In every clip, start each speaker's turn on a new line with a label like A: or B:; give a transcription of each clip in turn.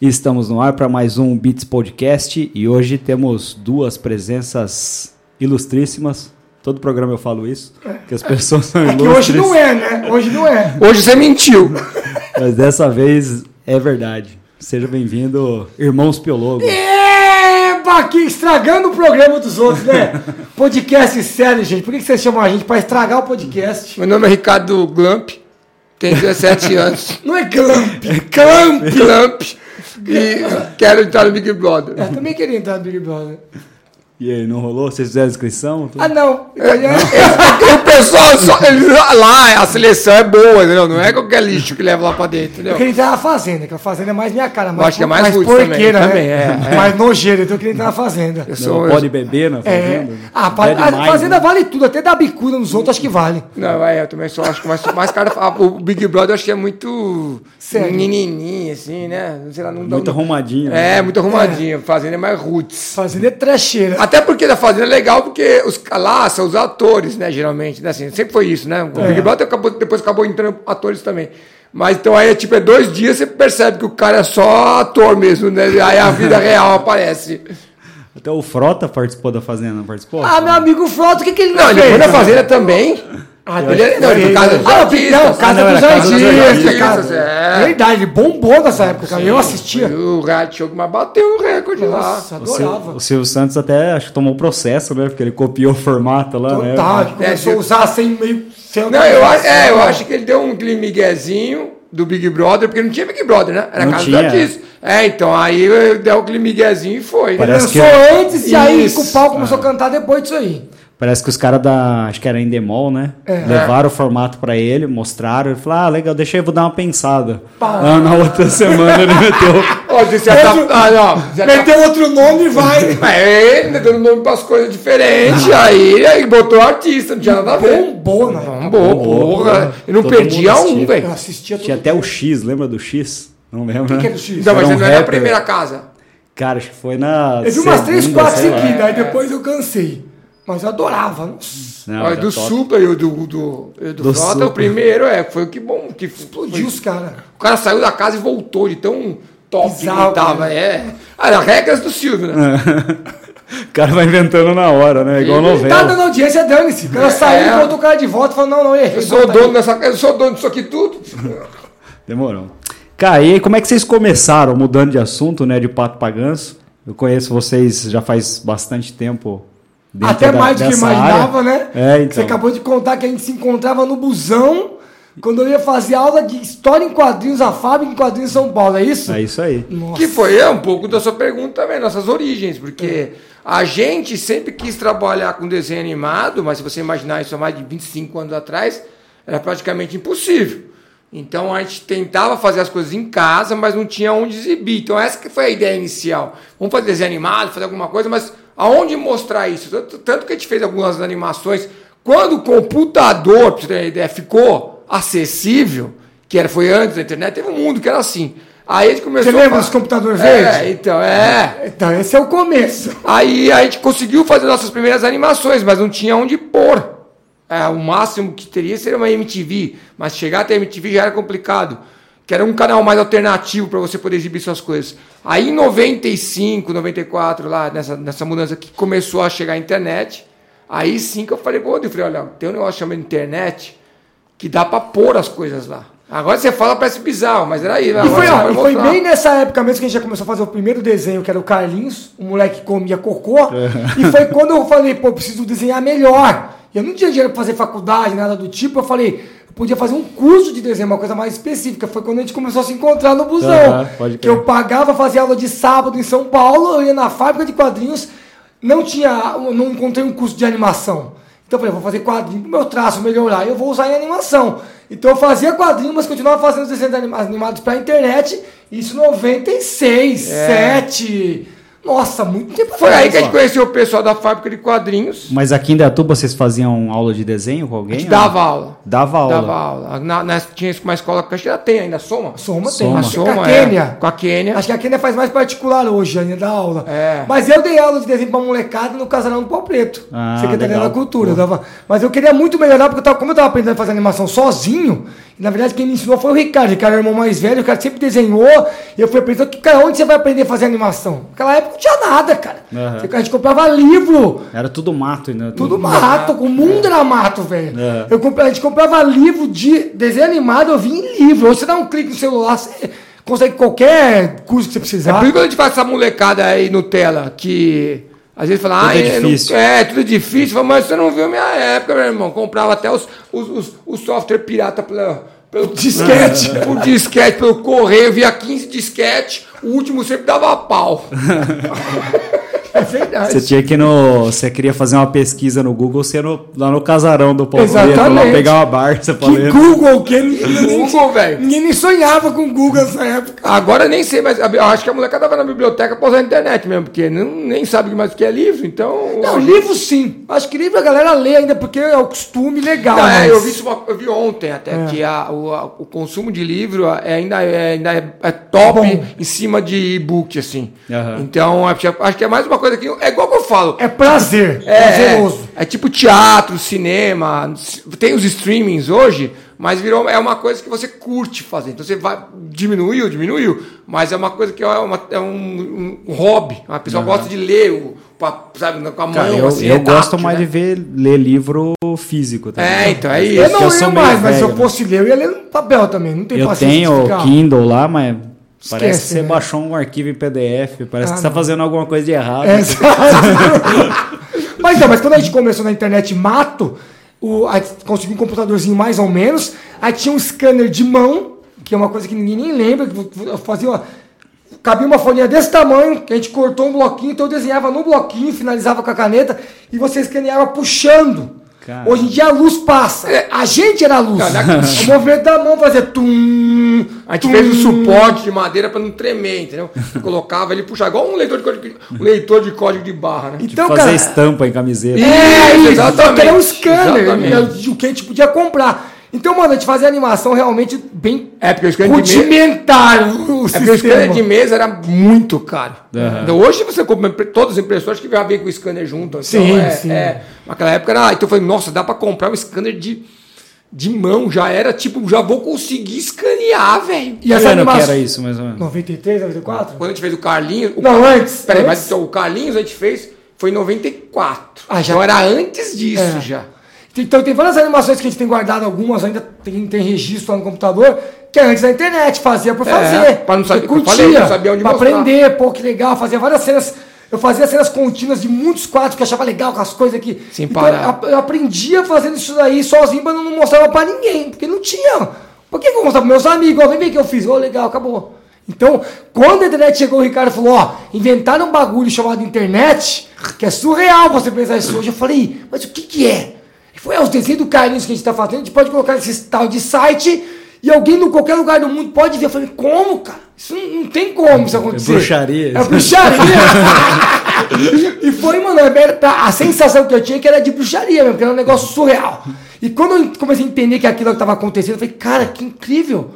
A: Estamos no ar para mais um Beats Podcast e hoje temos duas presenças ilustríssimas. Todo programa eu falo isso, que as pessoas são
B: É que
A: ilustres.
B: hoje não é, né? Hoje não é.
C: Hoje você mentiu.
A: Mas dessa vez é verdade. Seja bem-vindo, irmãos Piologo.
B: Eba, aqui estragando o programa dos outros, né? Podcast sério, gente. Por que que vocês chamam a gente pra estragar o podcast?
C: Meu nome é Ricardo Glamp, tenho 17 anos.
B: Não é glamp.
C: Glamp! Glamp! E quero entrar no Big Brother.
B: Eu também queria entrar no Big Brother.
A: E aí, não rolou? Vocês fizeram inscrição?
B: Ah, não.
C: É,
B: é,
C: E o pessoal só. eles- lá, a seleção é boa, entendeu? Não é qualquer lixo que leva lá pra dentro,
B: Eu
C: entendeu?
B: queria entrar na Fazenda, que a Fazenda é mais minha cara. Mais,
C: acho que é mais roots
B: porqueira,
C: também,
B: né?
C: também, é, é.
B: Mais nojeira, então eu queria entrar na Fazenda.
C: Eu
A: Não
C: sou.
A: pode beber na
B: É,
A: fazenda?
B: a, fa-
A: Bebe
B: a
A: mais,
B: Fazenda é
A: né?
B: vale tudo, até dar bicuda nos outros, acho que vale.
C: Não, é, eu também só acho que mais, mais cara. ah, O Big Brother eu acho que é muito.
B: Sério.
C: Menininho, assim, né? Não sei lá, não dá-
A: Muito arrumadinho. né?
C: É, muito arrumadinho. Fazenda é mais roots.
B: Fazenda é trecheira.
C: Até porque da Fazenda é legal, porque os, lá são os atores, né? Geralmente, né? Assim, sempre foi isso, né? O Big Brother acabou, depois acabou entrando atores também. Mas então aí, tipo, é dois dias você percebe que o cara é só ator mesmo, né? Aí a vida real aparece.
A: Até o Frota participou da Fazenda, não participou?
B: Ah, meu amigo Frota, o que, que ele
C: Não, ele é
B: fez?
C: foi na Fazenda também.
B: Ah,
C: Ele é, não, ele foi assim. casa dos
B: Ah,
C: artistas.
B: não, Casa
A: não,
B: dos
A: era Casa dos
B: Artistas,
C: Artistas,
B: cara.
C: é.
B: Verdade, ele bombou nessa época, cara. Eu
C: Foi
B: assistia.
C: O reality show que mais bateu o recorde
B: Nossa,
C: lá.
A: O Sil-
B: adorava.
A: O Silvio Santos até acho que tomou processo, né? Porque ele copiou o formato lá, né?
B: Total, ele começou a
C: eu-
B: usar sem meio... Sem
C: É, Não, eu, acho- é, eu acho que ele deu um miguezinho do Big Brother, porque não tinha Big Brother, né? Era
A: Não
C: casa
A: tinha.
C: dos artistas. É, então aí eu deu um miguezinho e foi.
A: Parece-
B: Lançou
A: que- é
B: antes e aí
C: Isso.
B: o pau
C: É.
B: começou a cantar depois disso aí.
A: Parece que os caras da. Acho que era Endemol, né?
B: É.
A: Levaram o formato pra ele, mostraram. Ele falou: ah, legal, deixa eu vou dar uma pensada.
B: Pá.
A: Ah, na outra semana ele meteu.
C: Ó, você tá-
B: Outro-
C: Ah, não. você tá-
B: Meteu outro nome e vai.
C: Mas ele tá dando nome pras coisas diferentes.
A: Ah.
C: Aí, aí botou artista, não tinha nada a ver.
B: Bombou, né?
C: Bombou, porra. E não
A: Todo
C: perdia
A: mundo
C: um,
A: assistia.
B: Eu
C: velho.
B: assistia tudo.
A: Tinha até o X, lembra do X? Não lembro, né?
B: que era o X?
C: Então, mas
A: Era
C: você
A: um
C: não era a
A: rapper.
C: primeira casa.
A: Cara, acho que foi na.
B: Eu vi umas três,
A: segunda,
B: quatro
A: sei lá.
B: seguidas, aí
C: É.
B: depois eu cansei. Mas eu adorava. Nossa.
A: Não,
C: Olha,
A: era
C: do
A: top.
C: Supla e o do, do, e o do
A: Do
C: Frota,
A: Supla.
C: o primeiro, é, foi o que bom, que
B: Explodiu
C: explodiu.
B: os caras.
C: O cara saiu da casa e voltou de tão top que
B: Bizarro,
C: ele tava.
B: né?
C: É. Olha, regras do Silvio, né?
A: É. o cara vai inventando na hora, né? Igual
C: Ele
A: novela.
B: Tá dando audiência, dane-se. O cara saiu,
C: É.
B: botou o cara de volta e falou: não, não, errei.
C: Eu sou
B: volta
C: dono
B: aí.
C: dessa eu sou dono disso aqui tudo.
A: Demorou. Cara, e aí, como é que vocês começaram, mudando de assunto, né, de pato pra ganso? Eu conheço vocês já faz bastante tempo. dentro
B: Até
A: da-
B: mais do que
A: dessa
B: imaginava,
A: área.
B: né?
A: É,
B: Você
A: então.
B: acabou de contar que a gente se encontrava no busão quando eu ia fazer aula de história em quadrinhos, a Fábio em quadrinhos em São Paulo, é isso?
A: É isso aí.
B: Nossa.
C: Que foi é, um pouco da sua pergunta também, nossas origens, porque a gente sempre quis trabalhar com desenho animado, mas se você imaginar isso há mais de 25 anos atrás, era praticamente impossível. Então a gente tentava fazer as coisas em casa, mas não tinha onde exibir. Então essa que foi a ideia inicial. Vamos fazer desenho animado, fazer alguma coisa, mas aonde mostrar isso? Tanto, tanto que a gente fez algumas animações. Quando o computador, pra você ter uma ideia, ficou acessível, que era, foi antes da internet, teve um mundo que era assim. Aí a gente começou
B: Você lembra
C: a-
B: dos computadores
C: É,
B: verdes?
C: então, é.
B: Então, esse é o começo.
C: Aí a gente conseguiu fazer nossas primeiras animações, mas não tinha onde pôr. É, o máximo que teria seria uma MTV, mas chegar até a MTV já era complicado. Que era um canal mais alternativo para você poder exibir suas coisas. Aí em 95, 94, lá nessa, nessa mudança que começou a chegar a internet, aí sim que eu falei, pô, eu falei, olha, tem um negócio chamado internet que dá para pôr as coisas lá. Agora você fala, parece bizarro, mas era aí. né?
B: E foi, ó, e foi bem nessa época mesmo que a gente já começou a fazer o primeiro desenho, que era o Carlinhos, o moleque que comia cocô.
A: É.
B: E foi quando eu falei, pô, eu preciso desenhar melhor. E eu não tinha dinheiro pra fazer faculdade, nada do tipo. Eu falei, eu podia fazer um curso de desenho, uma coisa mais específica. Foi quando a gente começou a se encontrar no busão.
A: Aham, pode
B: que
A: crer.
B: eu pagava, fazia aula de sábado em São Paulo, eu ia na fábrica de quadrinhos, não tinha, não encontrei um curso de animação. Então eu falei, vou fazer quadrinho pro meu traço melhorar, eu vou usar em animação. Então eu fazia quadrinho, mas continuava fazendo os desenhos anima- animados pra internet, isso em 96,
A: É.
B: 7. Nossa, muito tempo
C: Foi aí
B: atrás,
C: que a gente
B: ó.
C: conheceu o pessoal da fábrica de quadrinhos.
A: Mas aqui em Datuba vocês faziam aula de desenho com alguém?
C: A gente
A: ou
C: dava
A: não?
C: aula.
A: Dava aula.
C: Dava aula. Na, na, tinha uma escola que acho que ainda tem ainda, Soma.
B: Soma, tem.
A: Soma.
B: Acho que é com a
C: é.
B: Kênia.
C: Com a Kênia.
B: Acho que a Kênia faz mais particular hoje, ainda dá aula.
C: É.
B: Mas eu dei aula de desenho pra molecada no Casarão do Pau Preto.
A: Ah,
B: Secretaria
A: legal.
B: da Cultura. eu dava- Mas eu queria muito melhorar, porque eu tava- como eu tava aprendendo a fazer animação sozinho, E, na verdade, quem me ensinou foi o Ricardo. O Ricardo era o irmão mais velho, o cara sempre desenhou. E eu fui aprendendo então, que, cara, onde você vai aprender a fazer animação? Naquela época não tinha nada, cara.
A: Aham.
B: Você- A gente comprava livro.
A: Era tudo mato ainda.
B: Tudo mato, o mundo era mato, velho.
A: É.
B: Eu compra- a gente comprava livro de desenho animado, eu vinha em livro. Hoje você dá um clique no celular, você consegue qualquer curso que você precisar.
A: É
C: Por isso que a gente faz essa molecada aí Nutella, que às vezes fala,
A: Tudo
C: ah,
A: é
C: é, não-
A: difícil."
C: é, tudo difícil, Fala, mas você não viu minha época, meu irmão. Comprava até os, os, os, os software pirata pela, pelo disquete,
B: É.
C: por disquete, pelo correio, via 15 disquete, o último sempre dava pau. é verdade.
A: Você tinha que ir no. Você queria fazer uma pesquisa no Google, você ia no- lá no casarão do Palmeiras, lá
B: Exatamente.
A: pegar uma barça pra
B: Que
A: ler.
B: Google, que ninguém,
C: Google, velho.
B: ninguém nem sonhava com Google nessa época.
C: Agora eu nem sei, mas eu acho que a molecada vai na biblioteca pra usar a internet mesmo, porque não, nem sabe mais o que é livro, então.
B: Não, livro sim. Acho que livro a galera lê ainda, porque é o costume legal.
C: Não, é,
B: mas-
C: eu, vi isso uma- eu vi ontem até que a- o, a- o consumo de livro é, ainda, é, ainda é, é top
B: Bom.
C: em cima de e-book, assim.
A: Aham.
C: Então, acho, que- acho que é mais uma coisa que. É igual que eu falo.
B: É prazer,
C: É,
B: prazeroso.
C: é tipo teatro, cinema, tem os streamings hoje, mas virou é uma coisa que você curte fazer. Então você vai diminuiu, diminuiu, mas é uma coisa que é, uma- é um, um hobby. A pessoa gosta de ler o, pa- sabe, com a mão.
A: Cara, eu,
C: assim,
A: eu
C: é
A: gosto
C: tátil,
A: mais
C: né?
A: de ver, ler livro físico. Tá
C: É,
A: ligado?
C: então é
B: Eu
C: isso.
B: não
A: eu
B: leio
A: sou meio
B: mais, mas se
A: velho, né?
B: eu fosse ler, eu ia ler no papel também. Não tem
A: Eu
B: paciência
A: tenho
B: de
A: o
B: ficar-
A: Kindle lá, mas parece
B: Esquece,
A: que você
B: né?
A: baixou um arquivo em PDF, parece
B: Ah,
A: que você tá
B: não.
A: fazendo alguma coisa de errado.
B: É, mas não, mas quando a gente começou na internet mato, o, a gente conseguiu um computadorzinho mais ou menos, aí tinha um scanner de mão, que é uma coisa que ninguém nem lembra, que eu fazia uma, cabia uma folhinha desse tamanho, que a gente cortou um bloquinho, então eu desenhava no bloquinho, finalizava com a caneta, e você escaneava puxando.
A: Cara.
B: Hoje em dia a luz passa.
C: É.
B: A gente era a luz.
C: Não, dá-
B: o movimento da mão fazia tum.
C: A gente
B: tum.
C: fez um suporte de madeira pra não tremer, entendeu? Colocava ele puxar igual um leitor de código, um leitor de código de barra, né?
A: Tipo,
B: Então,
A: fazer
B: cara,
A: estampa em camiseta.
B: É,
C: Isso,
B: isso,
C: exatamente.
B: só que era um scanner
C: Exatamente.
B: era o que a gente podia comprar. Então, mano, a gente fazia animação realmente bem
C: É porque o scanner de mesa,
B: rudimentar o o
C: é porque o scanner
B: sistema.
C: de mesa era muito caro. Então, hoje você compra impre- todas as impressões que já vem com o scanner junto. Então,
B: Sim,
C: é,
B: sim.
C: é. naquela época era. Então eu falei, nossa, dá pra comprar um scanner de, de mão. Já era tipo, já vou conseguir escanear, velho.
B: E
A: Que
B: essa
A: ano que
B: animação...
A: era isso, mais ou menos?
B: 93, 94?
C: Quando a gente fez o Carlinhos. O
B: Não, antes.
C: Peraí,
B: antes.
C: mas então, o Carlinhos a gente fez foi em 94.
B: Ah, já-
C: Então era antes disso
B: É.
C: já.
B: Então tem várias animações que a gente tem guardado, algumas ainda tem, tem registro lá no computador, que antes da internet, fazia por fazer.
C: É, pra não
B: Você
C: saber- eu
B: curtia,
C: falei, não sabia onde
B: pra
C: mostrar.
B: aprender, pô, que legal, fazia várias cenas. Eu fazia cenas contínuas de muitos quadros que eu achava legal com as coisas aqui.
C: Sem parar.
B: eu ap- Eu aprendia fazendo isso daí sozinho, mas eu não mostrava pra ninguém, porque não tinha. Por que que eu mostrava pros meus amigos? Ó, vem ver o que eu fiz. Ô, legal, acabou. Então, quando a internet chegou, o Ricardo falou, ó, inventaram um bagulho chamado internet, que é surreal você pensar isso hoje. Eu falei, mas o que que é? Ele falou, é os desenhos do Carlinhos que a gente tá fazendo, a gente pode colocar nesse tal de site e alguém de qualquer lugar do mundo pode ver. Eu falei, como, cara? Isso não, não tem como isso acontecer.
A: bruxaria.
B: É bruxaria. e foi, mano, era pra- a sensação que eu tinha é que era de bruxaria mesmo, que era um negócio surreal. E quando eu comecei a entender que aquilo estava acontecendo, eu falei, cara, que incrível.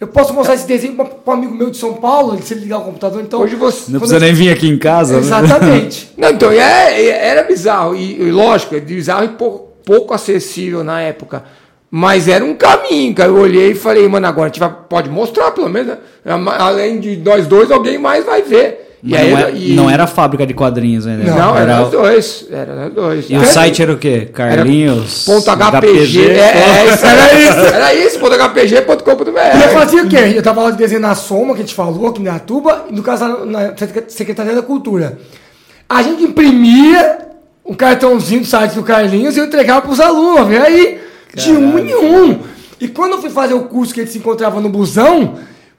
B: Eu posso mostrar esse desenho pra, pra um amigo meu de São Paulo, se ele ligar o computador, então...
C: Hoje você-
A: Não
B: quando
A: precisa
B: eu-
A: nem vir aqui em casa, né?
B: Exatamente.
C: Não, então, é- é- era bizarro. E, e lógico, é bizarro e pouco, pouco acessível na época. Mas era um caminho, cara. Eu olhei e falei, mano, agora a gente vai- pode mostrar, pelo menos. né? Ama- Além de nós dois, alguém mais vai ver. E
A: Mas
C: aí
A: não,
C: era-
A: era,
C: e-
A: não era fábrica de quadrinhos ainda.
C: Não, era,
A: era,
C: nós dois. Era nós dois.
A: E o
C: Era-
A: site era o quê?
C: era
A: Carlinhos.
C: Ponto HPG.
A: HPG.
C: É, é, isso, era isso. Era isso, ponto
B: E eu
C: HPG.com.br.
B: fazia o quê? Eu tava lá de desenho na Soma, que a gente falou, aqui em Datuba, e no caso na Secretaria da Cultura. A gente imprimia o cartãozinho do site do Carlinhos e eu entregava pros alunos, vê aí, de um em um. E quando eu fui fazer o curso que a gente se encontrava no busão,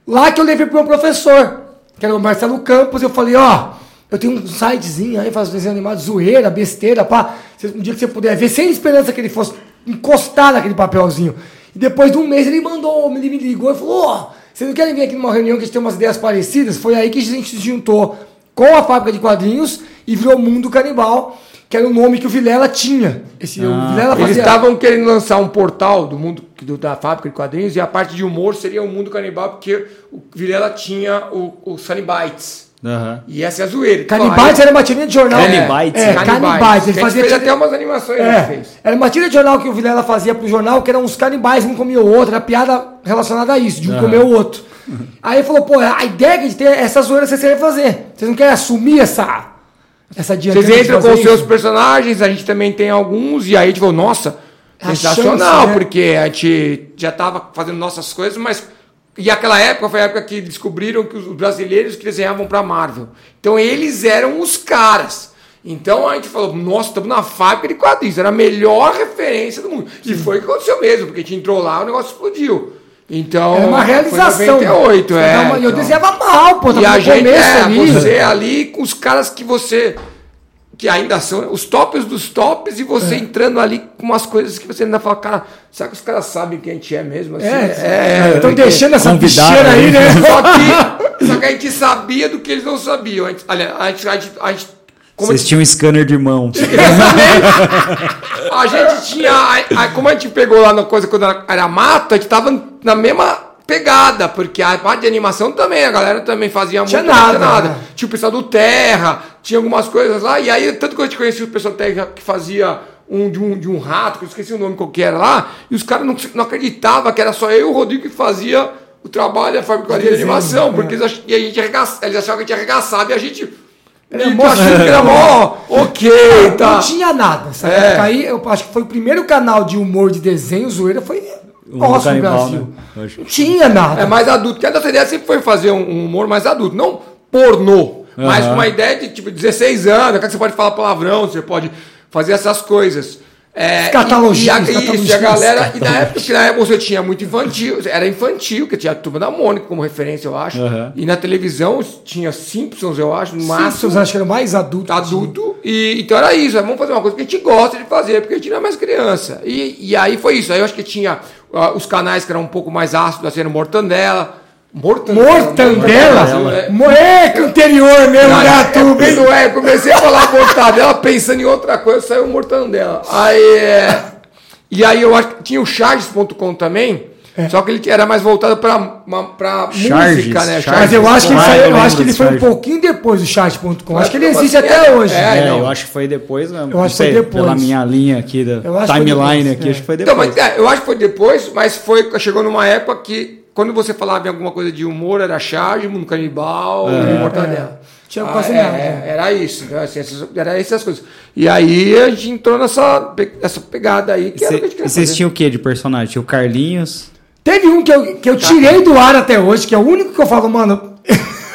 B: lá que eu levei pro meu professor, que era o Marcelo Campos, eu falei, ó, eu tenho um sitezinho aí, faço desenho animado, zoeira, besteira, pá. Se- Um dia que você puder ver, sem esperança que ele fosse encostar naquele papelzinho. E depois de um mês ele mandou, ele me ligou e falou, ó, vocês não querem vir aqui numa reunião que a gente tem umas ideias parecidas? Foi aí que a gente se juntou com a fábrica de quadrinhos e virou Mundo Canibal, que era o nome que o Vilela tinha. Esse, o Vilela
C: Eles
B: fazia-
C: estavam querendo lançar um portal do mundo do- da fábrica de quadrinhos e a parte de humor seria o mundo canibal, porque o Vilela tinha o, o Sunny Bites.
A: Aham.
C: E essa é a zoeira.
B: Canibites era uma tirinha de jornal.
A: Canibites.
B: É,
C: Canibites.
B: Canibites.
C: Ele
B: Ele fazia
C: fez
B: tira-
C: até umas animações. ele
B: É,
C: fez.
B: era uma tira de jornal que o Vilela fazia pro jornal, que eram uns canibais, um comia o outro, era piada relacionada a isso, de um comer o outro. Aí ele falou, pô, a ideia que a gente tem é essa zoeira que vocês querem fazer. Vocês não querem assumir essa, essa dianteira
C: Vocês
B: de
C: entram com
B: fazer
C: os seus
B: isso?"
C: personagens, a gente também tem alguns, e aí a gente falou, nossa,
B: A
C: sensacional,
B: chance, né?
C: porque a gente já estava fazendo nossas coisas, mas. E aquela época foi a época que descobriram que os brasileiros que desenhavam para Marvel. Então eles eram os caras. Então a gente falou, nossa, estamos na fábrica de quadrinhos, era a melhor referência do mundo. E foi o que aconteceu mesmo, porque a gente entrou lá o negócio explodiu. Então.
B: Era uma
C: Foi
B: realização.
C: 98, é.
B: Não, mas Eu
C: então.
B: desenhava mal, pô,
C: E
B: tava
C: a
B: no
C: gente
B: começo
C: é,
B: ali.
C: você ali com os caras que você. Que ainda são os tops dos tops e
B: É.
C: você entrando ali com umas coisas que você ainda fala, cara, será que os caras sabem quem a gente é mesmo? Assim,
B: É, estão
C: porque-
B: deixando essa
A: Convidado
B: bicheira aí,
A: aí.
B: né?
C: Só que, só que a gente sabia do que eles não sabiam. A gente, aliás, a gente, a gente, a gente-
B: é
C: como a
A: Vocês
C: gente-
A: tinham um scanner de mão.
C: a gente tinha. a- a- como a gente pegou lá na coisa quando era, era mato, a gente tava na mesma pegada, porque a parte de animação também, a galera também fazia
B: Tinha
C: muito, não
B: nada, né?
C: Tinha o pessoal do Terra, tinha algumas coisas lá, e aí, tanto que a gente conhecia o pessoal do Terra que fazia. Um de, um de um rato, que eu esqueci o nome qual que era lá, e os caras não, não acreditavam que era só eu e o Rodrigo que fazia o trabalho da fábrica de
B: desenho,
C: animação,
B: é.
C: porque eles, ach, e a gente arregaça- eles achavam que a gente arregaçava e a gente.
B: Era
C: e
B: mó-
C: achando É que era mó. Ok, tá.
B: É Não tinha nada. Sabe?
C: É.
B: Aí eu acho que foi o primeiro canal de humor de desenho, zoeira, foi
A: O
B: nosso no
A: Canibal,
B: Brasil.
A: né? Eu acho.
B: Não tinha nada.
C: É mais adulto. Porque a nossa ideia sempre foi fazer um, um humor mais adulto, não pornô, mas
A: Aham.
C: uma ideia de tipo 16 anos, que você pode falar palavrão, você pode fazer essas coisas. É,
B: Escatologia,
C: e, e a,
B: escatologia,
C: isso, e a galera. E na época, que na época você tinha muito infantil, era infantil, que tinha a turma da Mônica como referência, eu acho.
A: Aham.
C: E na televisão tinha Simpsons, eu acho, no máximo.
B: Simpsons, acho que era o mais adulto.
C: né? Adulto, e então era isso. Vamos fazer uma coisa que a gente gosta de fazer, porque a gente não é mais criança. E, e aí foi isso. Aí eu acho que tinha ah, os canais que eram um pouco mais ácidos, assim, era o Mortandela. Mortandela?
B: Mortandela?
C: É.
B: Moleque anterior mesmo, né,
C: Cara, é,
B: gato.
C: bem, não é, comecei a falar mortadela pensando em outra coisa, saiu mortandela. Aí, é, e aí eu acho que tinha o charges.com também,
B: É.
C: só que ele era mais voltado pra, uma- pra
A: Charges,
C: música, né?
A: Charges.
B: Mas eu acho que ele,
A: Ah,
B: saiu,
A: eu
B: eu acho
A: lembro
B: que ele
A: desse
B: foi um
A: site.
B: pouquinho depois do chat.com. Acho que ele
C: Mas,
B: existe
C: assim,
B: até
C: é-
B: hoje.
C: é,
A: É,
C: não.
A: eu acho que foi depois, né?
B: Eu acho que foi depois.
A: Pela minha linha aqui, da
B: Eu acho que foi
A: timeline
B: depois,
A: aqui,
B: é.
A: acho que foi
C: Então,
A: depois.
C: mas, é, eu acho que foi depois, mas foi, chegou numa época que quando você falava em alguma coisa de humor, era charge, mundo canibal,
B: É.
C: né? mortadela.
B: Tinha
C: Ah,
B: quase
C: é,
B: nada.
C: é, Era isso, né? Assim, essas- era essas coisas. E aí a gente entrou nessa, pe- nessa pegada aí que
A: Cê-
C: era o que a gente
A: e
C: queria
A: vocês
C: fazer.
A: tinham é o que de personagem? Tinha o Carlinhos.
B: Teve um que eu, que
C: Tá.
B: eu tirei do ar até hoje, que é o único que eu falo, mano.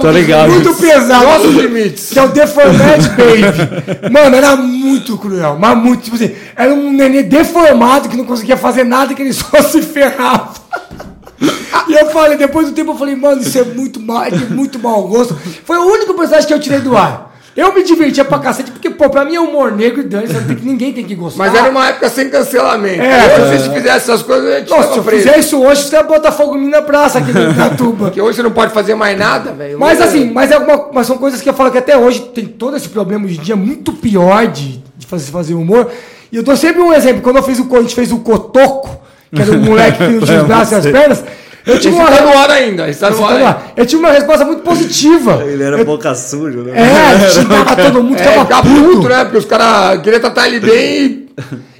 A: Tô ligado.
B: Muito pesado.
C: Nossos limites.
B: Que é o Deformed Baby. Mano, era muito cruel, mas muito, tipo assim, era um nenê deformado que não conseguia fazer nada, que ele só se ferrava. E eu falei, depois do tempo eu falei, mano, isso é muito mal, é de muito mau gosto. Foi o único personagem que eu tirei do ar. Eu me divertia pra cacete, porque, pô, pra mim é humor negro e dane, ninguém tem que gostar.
C: Mas era uma época sem cancelamento.
B: É.
C: hoje, se vocês fizessem essas coisas, a gente
B: Nossa, se
C: tava
B: eu
C: preso.
B: fizer isso hoje, os caras botam fogo em mim na praça aqui no Catuba.
C: Porque hoje você não pode fazer mais nada, velho.
B: Mas assim, mas, é alguma- mas são coisas que eu falo que até hoje tem todo esse problema hoje em dia muito pior de, de fazer, fazer humor. E eu dou sempre um exemplo. Quando eu fiz o, co- a gente fez o Cotoco, que era um moleque que não tinha os braços e as pernas, eu tinha
C: Esse
B: uma,
C: tá no ar ainda. Esse tá
B: Esse
C: no
B: tá
C: ar.
B: no
C: ainda.
B: ar. eu tinha uma resposta muito positiva.
A: era boca suja, né?
B: É, xingava todo mundo,
C: É,
B: ficava
C: ficar
B: puto.
C: puto, né? Porque os caras queriam tratar ele tá bem e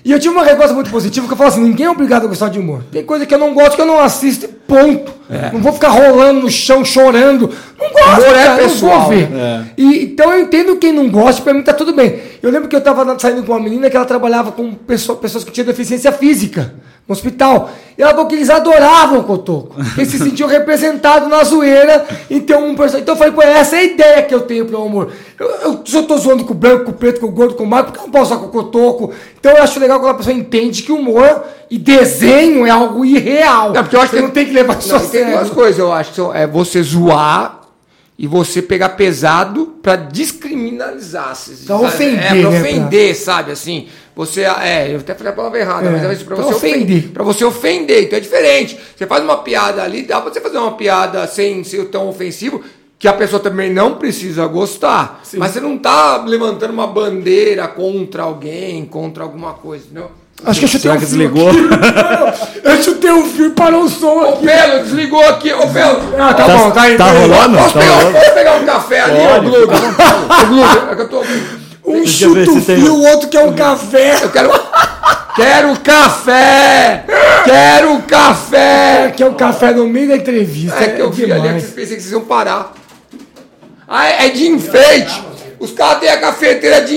B: E eu tive uma resposta muito positiva que eu falo assim: ninguém é obrigado a gostar de humor. Tem coisa que eu não gosto, que eu não assisto, e ponto. Não vou ficar rolando no chão, chorando. Não gosto,
C: É. Humor é
B: cara, não
C: pessoal,
B: vou ver.
A: né?
B: E, então eu entendo quem não gosta, pra mim tá tudo bem. Eu lembro que eu tava na- saindo com uma menina que ela trabalhava com pessoa- pessoas que tinham deficiência física no hospital. E ela falou que eles adoravam o Cotoco. Eles se sentiam representados na zoeira em ter um personagem. Então eu falei, pô, essa é a ideia que eu tenho pro amor. Eu, eu só tô zoando com o branco, com o preto, com o gordo, com o magro, porque eu não posso usar com o Cotoco. Então eu acho legal quando a pessoa entende que humor e desenho é algo irreal.
C: Não, É, porque eu acho
B: Você
C: que
B: não tem que levar isso
C: Não,
B: a
C: e tem duas
B: sério.
C: coisas, eu acho. que são- É você zoar e você pegar pesado pra descriminalizar. se-
B: Pra
C: sabe?
B: ofender,
C: É, pra
B: né,
C: ofender, sabe? Assim, você. É, eu até falei a palavra errada,
B: É,
C: mas é isso, pra,
B: pra
C: você ofender.
B: ofender.
C: Pra você ofender. Então é diferente. Você faz uma piada ali, dá pra você fazer uma piada sem ser tão ofensivo. Que a pessoa também não precisa gostar. Mas você não tá levantando uma bandeira contra alguém, contra alguma coisa, entendeu?
B: Acho que eu chutei
A: Será
B: um
A: que
B: fio
A: desligou?
B: aqui. Eu chutei um fio e parou o som
C: Ô,
B: aqui.
C: Belo, desligou aqui. Ô, Belo.
B: Ah, tá,
A: Tá-
B: bom, tá aí.
A: tá
B: aí.
A: rolando?
C: Posso
A: Tá
C: pegar,
A: rolando.
C: posso pegar um café ali, ô,
A: Pode,
C: Globo? Ô, Globo, é que eu tô...
B: Um
A: Deixa eu ver
B: chuta um
A: se tem-
B: fio, o outro quer um café.
C: Eu quero... Quero um café! Quero um café!
B: Quer um café no meio da entrevista.
C: É que eu vi ali, é que
B: demais.
C: vocês pensei que vocês iam parar. Ah, é é de enfeite. Os caras têm a cafeteira de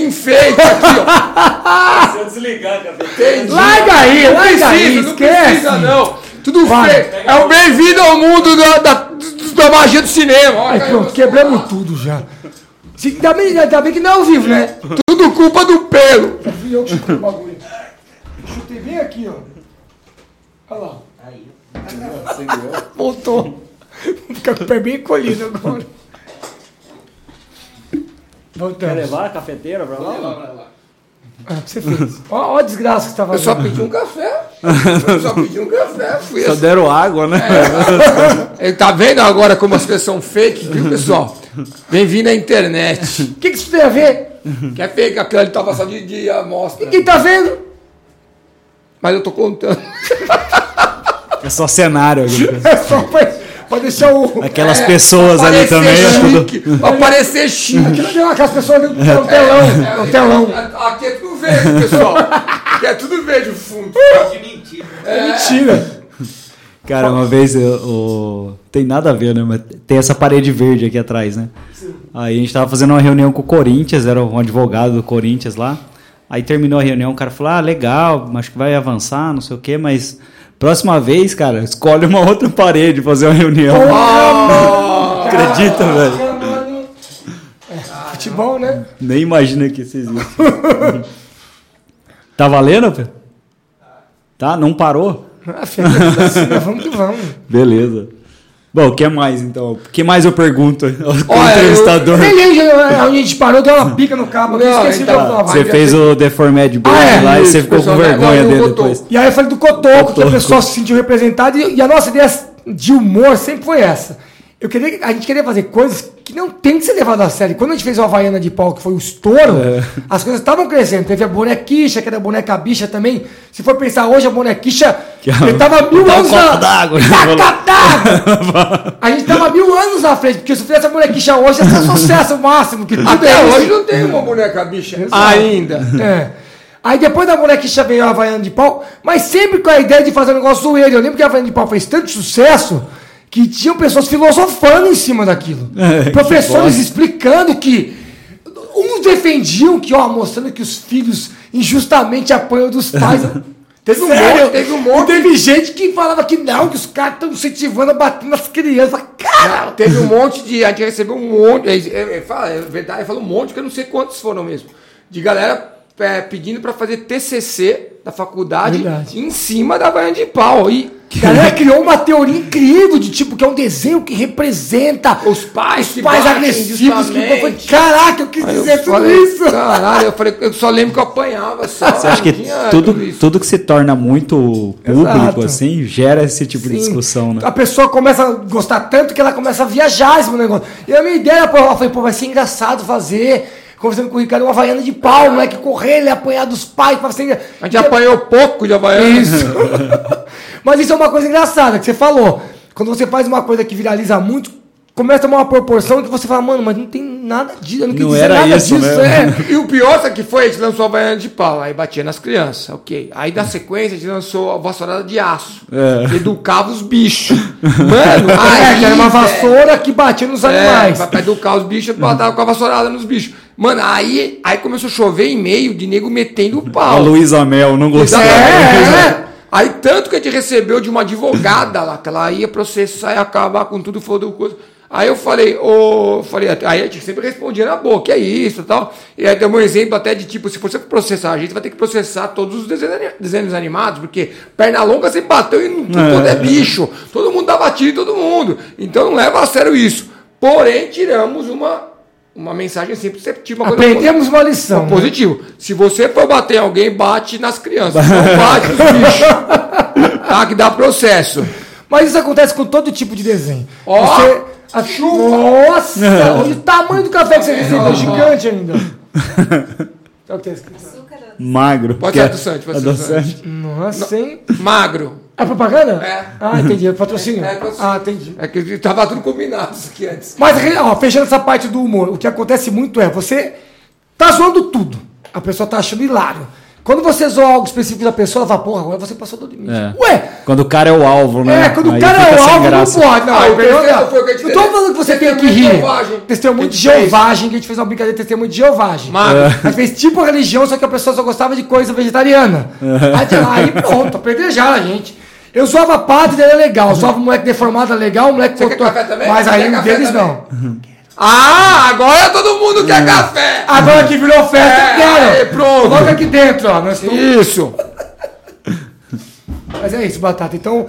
C: enfeite aqui,
D: Se eu desligar, cara.
C: ó. Entendi.
B: Larga aí,
C: Não
B: larga aí,
C: precisa, não precisa,
B: esquece.
C: não. Tudo
B: Vai.
C: feio. É o bem-vindo ao mundo da, da, da magia do cinema. Olha,
B: Aí pronto, quebramos tudo já. Se- Ainda bem, ainda bem que não é ao vivo, né?
C: Tudo culpa do pelo.
B: Fui eu que chutei o bagulho. Chutei bem aqui, ó. Olha lá. Voltou. Vou ficar com o pé bem encolhido agora.
D: Quer
B: Voltamos.
D: levar a cafeteira pra lá?
B: Ah, o que você fez? Ó, ó a desgraça que você tava
C: Eu só
B: fazendo.
C: pedi um café. Eu só pedi um café. Fui
A: Só
C: assim.
A: deram água, né?
B: É.
C: Ele tá vendo agora como as pessoas são fake, viu, pessoal? Bem-vindo à internet.
B: O que, que isso tem a ver?
C: Que é fake aquilo, ele tava só de, de amostra.
B: Quem tá vendo?
C: Mas eu tô contando.
A: É só cenário. aqui.
B: É só pra, pra deixar o.
A: Aquelas pessoas ali também. é acho que-
C: Chique, pra parecer chique.
B: Aquilo deu aquelas pessoas dentro do telão. É um telão.
C: Aqui é tudo verde, pessoal. Aqui é tudo verde o fundo.
B: É mentira.
A: Cara, uma vez eu, o- Tem nada a ver, né? Mas tem essa parede verde aqui atrás, né? Aí a gente tava fazendo uma reunião com o Corinthians, era um advogado do Corinthians lá. Aí terminou a reunião, o cara falou: Ah, legal, acho que vai avançar, não sei o quê, mas próxima vez, cara, escolhe uma outra parede pra fazer uma reunião. Acredita, velho?
B: É, futebol, né?
A: Nem imagina que isso existe. tá valendo, Pedro? Tá? Não parou?
B: Ah, filho, mas vamos que vamos.
A: Beleza. Bom, o que mais então? O que mais eu pergunto ao
C: Olha, eu-
A: entrevistador?
B: Nem lembro onde a gente parou, deu uma pica no cabo, eu
C: Não,
B: esqueci
C: então,
B: de falar.
A: Ah, Você fez o Deformed Blog
B: Ah, é,
A: lá e
C: isso,
A: você ficou com
C: pessoal, não,
A: vergonha
C: não,
A: dele
C: botou.
A: depois.
B: E aí eu falei do cotoco, que a
A: Cotoco.
B: pessoa se sentiu representada, e e a nossa ideia de humor sempre foi essa. Eu queria, a gente queria fazer coisas que não tem que ser levado a sério. Quando a gente fez o Havaiana de Pau, que foi o estouro,
A: É.
B: as coisas estavam crescendo. Teve a bonequicha, que era a boneca bicha também. Se for pensar hoje, a bonequicha,
A: Que é
B: ele tava mil
A: dá um
B: anos
A: copo
B: na...
A: d'água.
B: Taca d'água! a gente tava mil anos na frente, porque se fizesse a bonequicha hoje, ia ser um sucesso máximo. Que tudo
C: Até
B: é
C: hoje não tem uma boneca bicha. Ainda.
B: é. Aí depois da bonequicha veio a Havaiana de Pau, mas sempre com a ideia de fazer um negócio zoeiro. Eu lembro que a Havaiana de Pau fez tanto sucesso que tinham pessoas filosofando em cima daquilo.
A: É,
B: Professores
A: que bosta.
B: explicando que. Uns defendiam que, ó, mostrando que os filhos injustamente apanham dos pais. Teve um
C: Sério?
B: monte, teve um monte. E teve gente que falava que não, que os caras estão incentivando a bater nas crianças. Eu falei, Cara!
C: Teve um monte de. A gente recebeu um monte. É, é, fala- é verdade, eu falo um monte, que eu não sei quantos foram mesmo. De galera é, pedindo pra fazer TCC da faculdade
B: Verdade.
C: em cima da banha de pau. E
B: A galera criou uma teoria incrível de tipo que é um desenho que representa
C: os pais,
B: Os pais agressivos que eu falei, caraca, eu quis
C: Aí
B: dizer
C: eu
B: é tudo
C: falei, "Tá
B: isso.
C: Caralho, eu falei, eu só lembro que eu apanhava. Só,
A: Você acha que
C: não tinha
A: tudo,
C: isso.
A: tudo que se torna muito público,
B: Exato.
A: assim, gera esse tipo de discussão, né?
B: A pessoa começa a gostar tanto que ela começa a viajar esse negócio. E a minha ideia era, pô, eu falei, pô, vai ser engraçado fazer. Conversando com o Ricardo, uma havaiana de
C: É.
B: pau, moleque correr, ele apanhar dos pais, pra ser engra-
C: A gente apanhou pouco de Havaiana.
B: Isso. Mas isso é uma coisa engraçada que você falou. Quando você faz uma coisa que viraliza muito, começa a tomar uma proporção que você fala, mano, mas não tem nada disso, eu não quis
A: Não
B: dizer
A: era
B: nada
A: isso,
B: disso.
A: né?
B: é.
C: E o pior sabe o que foi, a gente lançou a baiana de pau, aí batia nas crianças, ok. Aí da sequência a gente lançou a vassourada de aço.
A: É.
C: Educava os bichos. Mano,
B: Ah, é,
C: aí,
B: que era uma
C: velho,
B: vassoura que batia nos
C: É,
B: animais.
C: pra pra educar os bichos, batava com a vassourada nos bichos. Mano, aí, aí começou a chover e-mail de nego metendo o
A: A
C: pau.
A: Luísa Mel não gostou. né? um
C: É, é. Aí tanto que a gente recebeu de uma advogada lá, que ela ia processar e acabar com tudo, foda coisa. Aí eu falei, ô, falei, aí a gente sempre respondia na boa, que é isso e tal. E aí deu um exemplo até de tipo, se você for processar, a gente vai ter que processar todos os desenhos, ani- desenhos animados, porque perna longa você bateu e não, todo é bicho, todo mundo dá batida em todo mundo. Então não leva a sério isso. Porém, tiramos uma, uma mensagem sempre perceptiva. uma coisa
B: Aprendemos uma lição. né?
C: Uhum. Positivo. Se você for bater em alguém, bate nas crianças. Não bate nos bichos. Tá, que dá processo.
B: Mas isso acontece com todo tipo de desenho.
C: Ó,
B: a- Nossa! olha o tamanho do café que você recebeu, gigante ainda. Olha o que tá escrito.
E: Açúcar
A: Magro.
C: Pode
A: que
C: ser
A: é-
C: adoçante, pode
A: é
C: ser adoçante.
B: Nossa, hein?
C: Magro.
B: É propaganda?
C: É.
B: Ah, entendi. Patrocínio?
C: É, patrocínio.
B: ah, entendi.
C: É que tava tudo combinado isso aqui antes.
B: Mas, ó, fechando essa parte do humor, o que acontece muito é você tá zoando tudo. A pessoa tá achando hilário. Quando você zoa algo específico da pessoa, ela fala, porra, agora você passou do limite.
A: É.
B: Ué,
A: Quando o cara é o alvo, né?
B: É, quando
A: Aí
B: o cara
A: fica
B: é o
A: sem
B: alvo, não
A: graça.
B: pode. Não,
C: Ah,
B: eu
C: o testemunho
B: pergunto,
C: foi o que a gente
B: não tô
C: fez.
B: falando que você tem que
C: Testemunho de
B: rir.
C: Jeovagem.
B: Testemunho
C: A
B: de
C: gente fez.
B: Jeovagem, que a gente fez uma brincadeira de testemunho de Jeovagem.
C: Magro.
A: É.
B: Aí fez tipo religião, só que a pessoa só gostava de coisa vegetariana.
A: É.
B: Aí, sei lá, aí pronto, apedrejaram a gente. Eu zoava padre, era legal. Zoava o moleque deformado, era legal. O moleque
C: Você quer café também?
B: Mas
C: Você
B: aí
C: quer
B: um
C: café
B: deles
C: também?
B: não.
C: Ah, agora todo mundo
B: É.
C: quer café!
B: Agora que virou festa,
C: É,
B: eu quero.
C: aí, pronto.
B: Coloca aqui dentro, ó. Nós estamos
C: Isso!
B: Mas é isso, Batata. Então,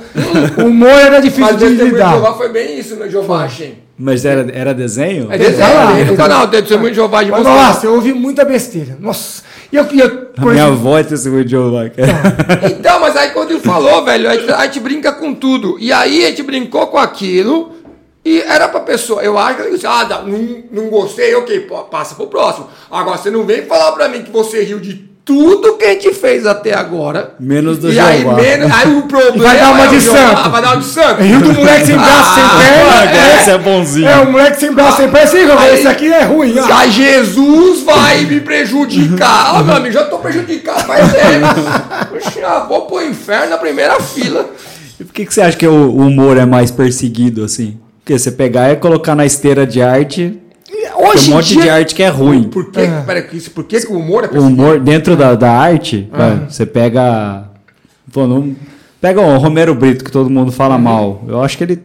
B: o humor era difícil
C: Mas
B: de
C: deve ter
B: lidar.
C: Jeová foi bem isso, né, Jovagem?
A: Mas era, era desenho?
B: tá lá,
C: É desenho, tem
B: desenho.
C: no canal, testemunho de Jeová de
B: Mas,
C: Moscou.
B: nossa, eu ouvi muita besteira. Nossa. E eu, e eu
A: A minha avó é testemunho de Jeová. cara.
C: Então, mas aí quando ele falou, velho, a gente, a gente brinca com tudo. E aí a gente brincou com aquilo e era pra pessoa. Eu acho que ela disse, ah, dá- não, não gostei, ok, pô, passa pro próximo. Agora você não vem falar pra mim que você riu de tudo que a gente fez até agora.
A: Menos do
C: E aí,
A: Jeová.
C: menos, aí o problema
B: Vai dar uma
C: é o
B: de
C: Jeová,
B: santo.
C: Vai dar uma de santo.
B: Rio do moleque sem braço, sem
A: Ah,
B: perna.
A: agora você é bonzinho.
B: É, o moleque sem braço, sem perna. Sim,
C: Aí-
B: esse aqui é ruim. ó.
C: Ah, Jesus vai me prejudicar. Ah, meu amigo, já tô prejudicado, mas é. Oxe, ah, vou pro inferno na primeira fila.
A: E por que, que você acha que o o humor é mais perseguido, assim? Porque você pegar e colocar na esteira de arte, tem
B: Hoje
A: um
B: em
A: monte
B: dia...
A: de arte que é ruim.
C: Por que, peraí, que isso- por que, que o humor é
A: O humor dentro da, da arte, vai, você pega. Pô, não- pega o Romero Brito, que todo mundo fala mal. Eu acho que ele.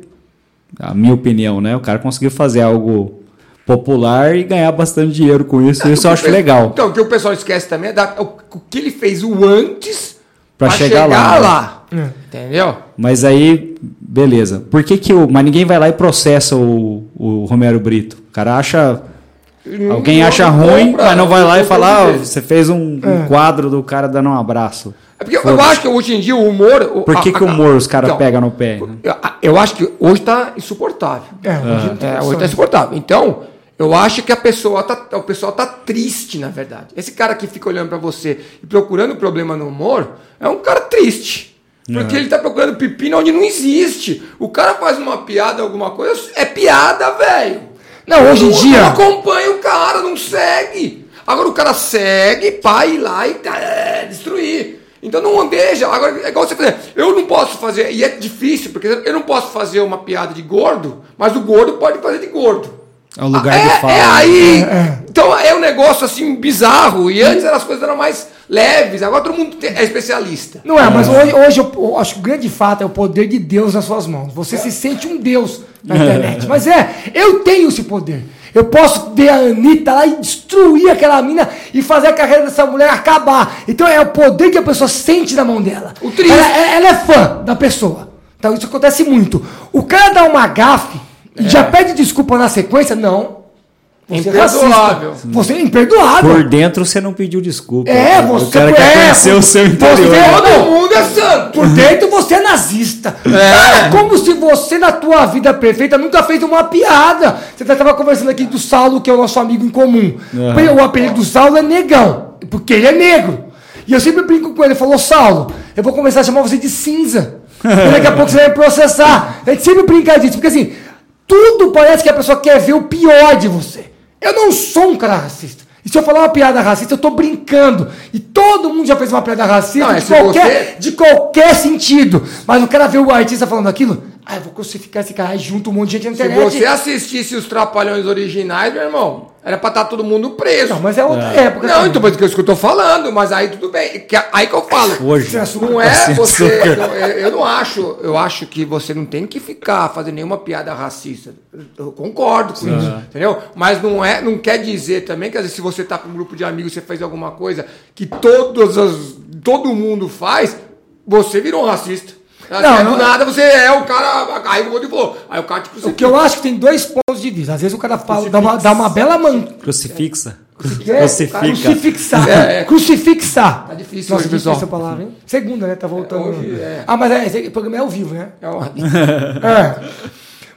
A: A minha opinião, né? O cara conseguiu fazer algo popular e ganhar bastante dinheiro com isso. isso eu acho legal.
C: Então, o que o pessoal esquece também é da- o, o que ele fez o antes
A: Pra chegar lá, né?
C: lá. Entendeu?
A: Mas aí, beleza. Por que que o. Mas ninguém vai lá e processa o, o Romero Brito. O cara acha. Alguém
C: não
A: acha
C: compra,
A: ruim, mas Hum, não vai lá e
C: compra
A: fala: "Ah,
C: dele."
A: você fez um, um quadro do cara dando um abraço.
C: É porque eu, eu acho que hoje em dia o humor. o-
A: Por que,
C: a-
A: que o
C: a-
A: humor os caras
C: então,
A: pegam no pé? né?
C: Eu, eu acho que hoje tá insuportável.
B: É, hoje não tem
C: É,
B: opção.
C: hoje tá insuportável. Então, eu acho que a pessoa tá, o pessoal tá triste, na verdade. Esse cara que fica olhando pra você e procurando problema no humor é um cara triste. Porque
A: É.
C: ele tá procurando pepino onde não existe. O cara faz uma piada, alguma coisa, é piada, velho.
B: Não, hoje em
C: Não-
B: dia-
C: Não acompanha o cara, não segue. Agora o cara segue, pá, e lá e tá, é, destruir. Então não deixa. Agora é igual você fazer. Eu não posso fazer, e é difícil, porque eu não posso fazer uma piada de gordo, mas o gordo pode fazer de gordo.
A: É o lugar
C: Ah,
A: do
C: é,
A: fala,
C: É
A: né?
C: aí. Então é um negócio assim bizarro. E antes eram- as coisas eram mais leves. Agora todo mundo te- é especialista.
B: Não é, mas hoje, hoje eu, eu acho que o grande fato é o poder de Deus nas suas mãos. Você se sente um Deus na internet. Mas é, eu tenho esse poder. Eu posso ver a Anitta lá e destruir aquela mina e fazer a carreira dessa mulher acabar. Então é o poder que a pessoa sente na mão dela.
C: O triste.
B: Ela, ela- ela é fã da pessoa. Então isso acontece muito. O cara dá uma gafe e já pede desculpa na sequência? Não. Você é
C: Imperdoável.
B: racista. Você é imperdoável.
A: Por dentro você não pediu desculpa.
B: É,
A: O
B: você
A: cara
B: é,
A: quer conhecer o seu
B: você-
A: interior.
B: você-
C: Todo mundo é santo.
B: Por dentro você é nazista. É. como se você, na tua vida perfeita, nunca fez uma piada. Você estava conversando aqui do Saulo, que é o nosso amigo em comum. O apelido do Saulo é negão, porque ele é negro. E eu sempre brinco com ele, ele falou, Saulo, eu vou começar a chamar você de cinza. E daqui a pouco você vai me processar. A gente sempre brinca disso, porque assim, tudo parece que a pessoa quer ver o pior de você. Eu não sou um cara racista. E se eu falar uma piada racista, eu tô brincando. E todo mundo já fez uma piada racista
C: Não, é
B: de
C: se
B: qualquer
C: você-
B: de qualquer sentido. Mas o cara vê o artista falando aquilo, ah, eu vou crucificar esse cara, aí junta um monte de gente na
C: Se
B: internet.
C: você assistisse os Trapalhões originais, meu irmão, era pra estar todo mundo preso.
B: Não, mas é outra época.
C: Não,
B: também.
C: então, mas é isso que eu tô falando, mas aí tudo bem. Que- é Aí que eu falo.
A: Hoje.
B: Sem açúcar.
C: Não é
A: Sem
C: você.
A: açúcar.
C: não, eu eu não acho. Eu acho que você não tem que ficar fazendo nenhuma piada racista. Eu concordo com isso, entendeu? Mas não é, não quer dizer também que às vezes se você tá com um grupo de amigos, você fez alguma coisa que todas as todo mundo faz, você virou um racista.
B: Não,
C: Não,
B: não-
C: do nada você é o cara. Aí o outro falou. Aí o cara tipo,
B: O que eu acho que tem dois pontos de vista. Às vezes o cara fala, dá uma, dá uma bela man...
A: Crucifixa.
B: Crucifica. Crucifixar.
C: É, é.
B: Crucifixar.
C: Tá difícil
B: Nossa,
C: hoje,
B: que
C: pessoal.
B: essa palavra, hein? Segunda, né? Tá voltando.
C: É, hoje é.
B: Ah, mas é, esse programa é ao vivo, né?
C: é uma-
B: É.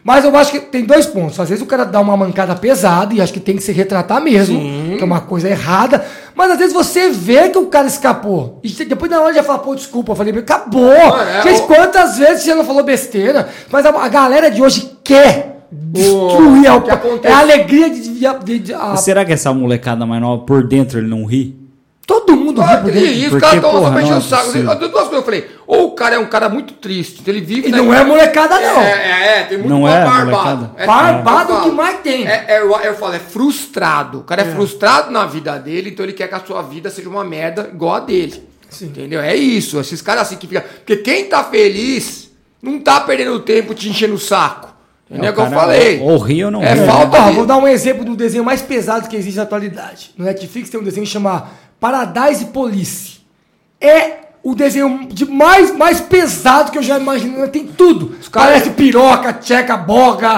B: Mas eu acho que tem dois pontos. Às vezes o cara dá uma mancada pesada e acho que tem que se retratar mesmo, que é uma coisa errada. Mas às vezes você vê que o cara escapou. E depois na hora já fala, pô, desculpa. Eu falei, acabou.
C: Mano, é
B: gente,
C: o-
B: quantas vezes você não falou besteira? Mas a, a galera de hoje quer destruir
C: o
B: a,
C: que acontece-
B: é a alegria de... de- de- de- a-
A: Mas será que essa molecada mais nova, por dentro, ele não ri?
B: todo mundo
C: Ah,
B: ri por
C: Porque,
B: dentro.
C: e os
A: porque,
C: caras estão
A: porra,
C: só mexendo
A: não é
C: o saco.
A: possível.
C: Duas coisas que eu falei. Ou o cara é um cara muito triste, então ele vive.
B: E
C: na-
B: não é molecada, não.
C: É, é, é, tem muito
A: Não
C: ba-
A: é
C: barbado.
A: molecada.
C: É,
B: Barbado
C: eu falo.
B: que mais tem.
C: É, é, eu, eu falo, é frustrado. O cara é, frustrado na vida dele, então ele quer que a sua vida seja uma merda igual a dele.
B: Sim.
C: Entendeu? É isso. Esses caras assim que ficam. Porque quem tá feliz não tá perdendo tempo te enchendo o saco. Entendeu? É o que eu
A: cara
C: falei.
A: Ou, ou ri ou não
C: É
A: ri. né?
C: falta-
B: Ó,
C: de-
B: vou dar um exemplo do desenho mais pesado que existe na atualidade. No Netflix tem um desenho chamado Paradise Police. É o desenho de mais, mais pesado que eu já imaginei. Tem tudo.
C: caras- Ah,
B: Parece piroca, tcheca, boga.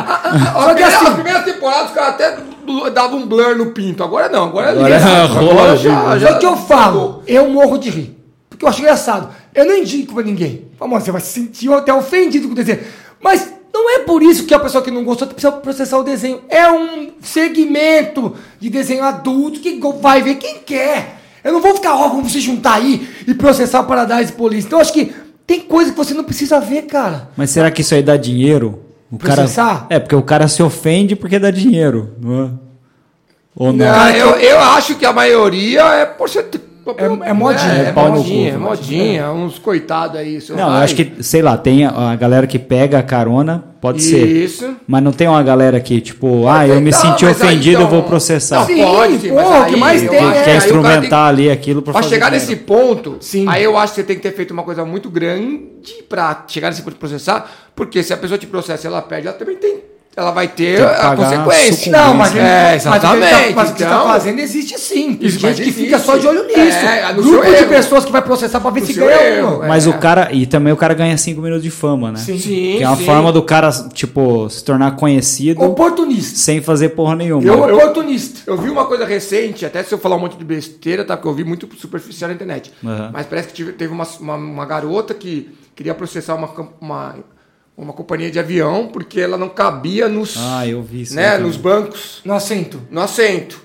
B: Só que
C: As
B: assim,
C: primeiras temporadas os caras até bl- davam um blur no pinto. Agora não, agora é
A: Agora
C: liso.
A: é rola viva.
B: é o que eu falo. Eu morro de rir. Porque eu acho engraçado. Eu não indico pra ninguém. Amor, você vai se sentir até ofendido com o desenho. Mas não é por isso que a pessoa que não gostou precisa processar o desenho. É um segmento de desenho adulto que go- vai ver quem quer. Eu não vou ficar, ó, vamos se juntar aí e processar o Paradise Police. Então eu acho que tem coisa que você não precisa ver, cara.
A: Mas será que isso aí dá dinheiro? O cara...
B: Processar?
A: É, porque o cara se ofende porque dá dinheiro, não é? Ou não? é
C: Ah, eu, eu acho que a maioria é por ser.
B: É- é modinha,
C: É,
A: é pau no
C: modinha,
A: cu,
C: é modinha. Uns coitados aí. seu
A: Não, eu
C: pai.
A: acho que, sei lá, tem a, a galera que pega a carona, pode ser.
C: Isso.
A: Mas não tem uma galera que, tipo, ah, eu me
C: Então,
A: senti
C: mas aí,
A: ofendido, eu
C: então-
A: vou processar.
C: Não,
B: Sim,
C: pode, mas
B: pô, o
C: aí
B: que mais
C: eu
B: tem
C: acho
B: é-
C: que
A: Quer
C: aí o cara tem que-
A: instrumentar ali aquilo pra
C: Pra
A: fazer.
C: chegar
A: dinheiro.
C: nesse ponto,
B: Sim.
C: aí eu acho que você tem que ter feito uma coisa muito grande pra chegar nesse ponto de processar, porque se a pessoa te processa e ela perde, ela também tem. Ela vai
A: Tem
C: ter
A: que
C: a
A: pagar
C: consequência.
A: sucumbência. Não,
B: mas,
C: é,
B: mas o que ele
C: exatamente.
B: tá- mas o que ele tá
C: Então,
B: fazendo existe sim. Tem
C: Isso,
B: gente
C: mas
B: que
C: existe.
B: fica só de olho nisso.
C: É, no
B: Grupo
C: seu
B: de
C: erro.
B: pessoas que vai processar pra ver
C: No
B: se
C: seu
B: ganha
C: erro,
B: ou não.
C: é.
A: Mas o cara. E também o cara ganha 5 minutos de fama, né?
B: Sim.
C: Sim,
A: Que é uma
C: sim.
A: forma do cara, tipo, se tornar conhecido
B: Oportunista.
A: sem fazer porra nenhuma.
C: Eu-
B: Oportunista.
C: Eu vi uma coisa recente, até se eu falar um monte de besteira, tá? Porque eu vi muito superficial na internet.
A: Aham.
C: Mas parece que tive- teve uma, uma, uma garota que queria processar uma, cam- uma, uma companhia de avião porque ela não cabia nos,
A: Ah, eu vi isso aí
C: né,
A: também.
C: nos bancos,
B: No assento.
C: no assento.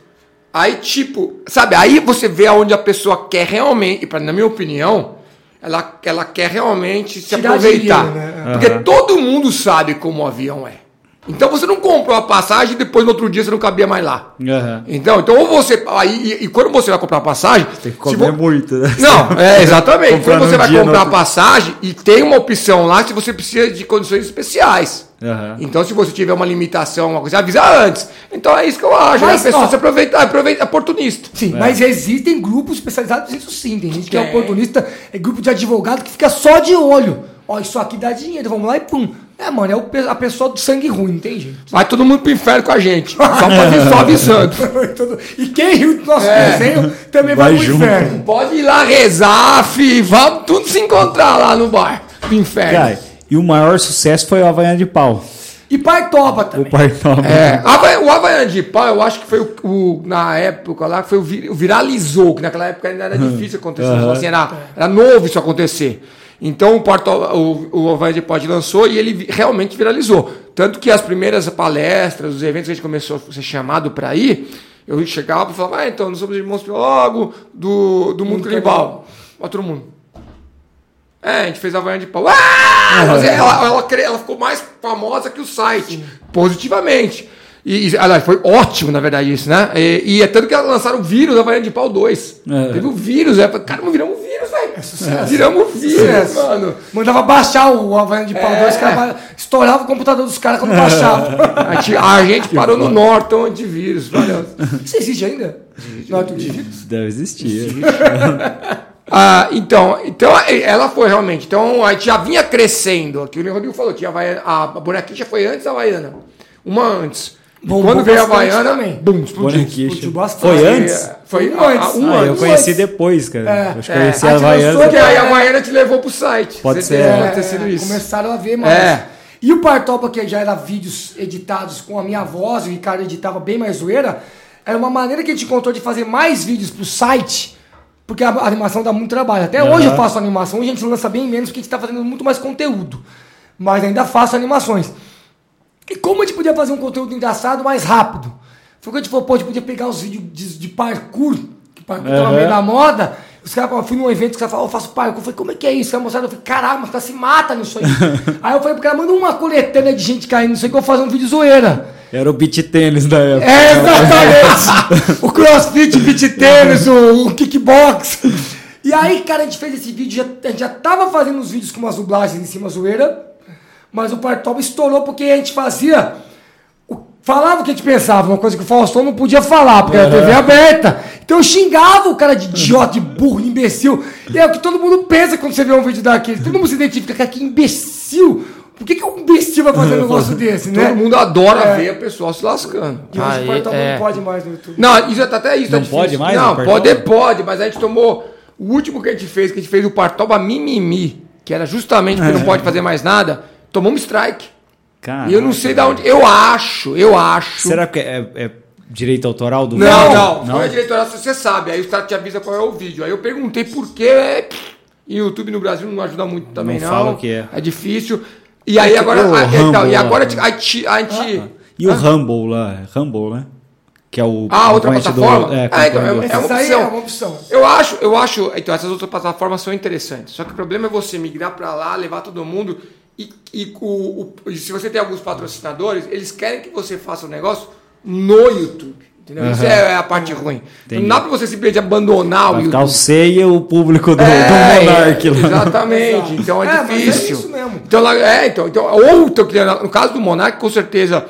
C: Aí, tipo, sabe, aí você vê aonde a pessoa quer realmente, e pra, na minha opinião, ela, ela quer realmente se
B: Tirar
C: aproveitar.
B: dinheiro, né?
C: Porque
A: Aham.
C: todo mundo sabe como o avião é. Então você não comprou a passagem e depois no outro dia você não cabia mais lá.
A: Aham.
C: Então, então ou você. Aí, e, e quando você vai comprar passagem.
A: Tem que
C: se
A: comer
C: vo-
A: muito, né?
C: Tipo, Não, é exatamente.
A: Comprar
C: quando você
A: num
C: vai
A: dia, no
C: comprar
A: outro-
C: passagem e tem uma opção lá que você precisa de condições especiais.
A: Aham.
C: Então, se você tiver uma limitação, uma coisa, avisa antes. Então é isso que eu acho.
B: Mas,
C: a pessoa
B: ó-
C: se aproveita, aproveita, é oportunista.
B: Sim, mas existem grupos especializados nisso sim. Tem gente que é
C: Tem.
B: oportunista, é grupo de advogado que fica só de olho. Ó, isso aqui dá dinheiro, vamos lá e pum. É, mano, é o pe- a pessoa do sangue ruim, não tem jeito.
C: Vai todo mundo pro inferno com a gente. Só, pra vir- só avisando.
B: e quem riu do nosso desenho também vai,
A: Vai
B: pro
A: junto.
B: inferno.
C: Pode ir lá rezar, fi. Vamos tudo se encontrar lá no bar. Do inferno.
A: Cara, e o maior sucesso foi o Havaiana de Pau.
B: E partoba também.
A: O Partoba.
C: É, Hava- o Havaiana de pau, eu acho que foi o, o- na época lá, foi o, vi- o viralizou, que naquela época ainda era difícil acontecer,
A: Aham.
C: só assim, era, era novo isso acontecer. Então o, Porto, o, o Havaiana de pau lançou e ele vi- realmente viralizou. Tanto que as primeiras palestras, os eventos que a gente começou a ser chamado para ir, eu chegava e falava, ah, então, nós somos irmãos biólogos do, do mundo canibal. Ó, todo mundo. É, a gente fez a Havaiana de pau. Ah! Mas Ela, ela, cre- ela ficou mais famosa que o site, positivamente. E, e, aliás, foi ótimo, na verdade, isso, né? E, e é tanto que elas lançaram o vírus da Havaiana de pau 2.
A: É.
C: Teve o vírus, é. Cara, viramos vírus, velho.
B: É
C: Viramos vírus, mano.
B: Mandava baixar o Havaiano de pau dois, os caras ba- estourava o computador dos caras quando baixava.
C: A gente, a gente parou no Norton antivírus, valeu.
B: Isso existe ainda? Não, tu diz?
A: Deve existir.
C: Ah, então, então, ela foi realmente. Então, a gente já vinha crescendo. Aqui o Rodrigo falou, tinha a, Havaiana, a bonequinha foi antes da Havaiana. Uma antes. E
B: Bombou
C: Quando veio a
B: bastante
C: Havaiana,
B: também.
C: bum, explodiu.
A: Bonequinha.
B: explodiu bastante.
A: Foi antes?
C: É, Foi
B: Um
C: a- a-
B: antes.
C: um
A: Ah, eu
C: antes.
A: conheci depois, cara.
B: É,
A: Acho que
C: é.
A: conheci
B: A
A: a
B: gente
A: Havaiana.
B: lançou
C: Porque aí a Havaiana te levou pro site.
A: Pode
C: Você
A: ser,
C: deve
A: é.
C: ter sido isso.
B: Começaram a ver mais.
C: É.
B: E o Partopa, que já era vídeos editados com a minha voz, o Ricardo editava bem mais zoeira, era uma maneira que a gente encontrou de fazer mais vídeos pro site, porque a a animação dá muito trabalho. Até hoje eu faço animação, hoje a gente lança bem menos, porque a gente tá fazendo muito mais conteúdo. Mas ainda faço animações. E como a gente podia fazer um conteúdo engraçado mais rápido? Foi quando a gente falou, pô, a gente podia pegar os vídeos de, de parkour, que parkour tava meio da moda. Os caras falaram, fui num evento, os caras falaram, eu faço parkour. Eu falei, como é que é isso? A moçada, eu falei, caralho, mas tá se mata nisso aí. aí eu falei pro cara, manda uma coletânea de gente caindo nisso aí que eu vou fazer um vídeo zoeira.
C: é-
A: Era o beat tênis da época.
B: É, exatamente. o crossfit, beat tênis, o, o kickbox. E aí, cara, a gente fez esse vídeo, já, a gente já tava fazendo uns vídeos com umas dublagens em cima zoeira, mas o Partoba estourou porque a gente fazia. o- Falava o que a gente pensava, uma coisa que o Faustão não podia falar, porque era
C: É.
B: TV aberta. Então eu xingava o cara de idiota, de burro, de imbecil. E é o que todo mundo pensa quando você vê um vídeo daquele. Todo mundo se identifica, cara, que imbecil. Por que, que um imbecil vai fazer um negócio desse, né?
C: Todo mundo adora
B: É.
C: ver o pessoal se lascando.
B: E hoje
E: Aí,
B: o Portal
E: é.
B: não pode mais no YouTube.
C: Não, isso tá até isso.
A: Não
C: tá difícil.
A: pode mais,
C: Não,
A: né,
C: pode,
A: Partoba?
C: pode, mas a gente tomou. O último que a gente fez, que a gente fez o Partoba Mimimi, que era justamente
A: É.
C: porque não pode fazer mais nada, tomou um strike.
A: Cara,
C: e eu não sei da onde. Eu acho, eu acho.
A: Ah, é. Será que é, é direito autoral do
C: Não,
A: vídeo?
C: não, é Foi a diretora, você sabe. Aí o cara te avisa qual é o vídeo. Aí eu perguntei por quê. é, pff, E o YouTube no Brasil não ajuda muito também,
A: Não
C: não.
A: fala o que é.
C: É difícil. E aí agora.
A: o
C: a- então,
A: Rambo né?
C: e
A: lá.
C: agora a gente. A gente
A: E o Rumble lá? Rumble, né? Que é o.
C: ah, outra
A: concorrente do-
C: plataforma?
A: é,
C: ah, então, é,
A: concorrente do-
C: é uma
B: Essa aí
C: opção.
B: é uma opção.
C: Eu acho, eu acho. Então, essas outras plataformas são interessantes. Só que o problema é você migrar pra lá, levar todo mundo. E, e o- o- e se você tem alguns patrocinadores, eles querem que você faça o negócio no YouTube. Entendeu? Isso é a parte ruim. Então, não dá pra você simplesmente abandonar o
A: Vai ficar
C: YouTube.
A: o C e o público do, do Monark lá.
C: É, Exatamente, então é,
B: É, mas é
C: difícil.
B: isso mesmo.
C: Então, lá- é, então, então, outro que no caso do Monark, com certeza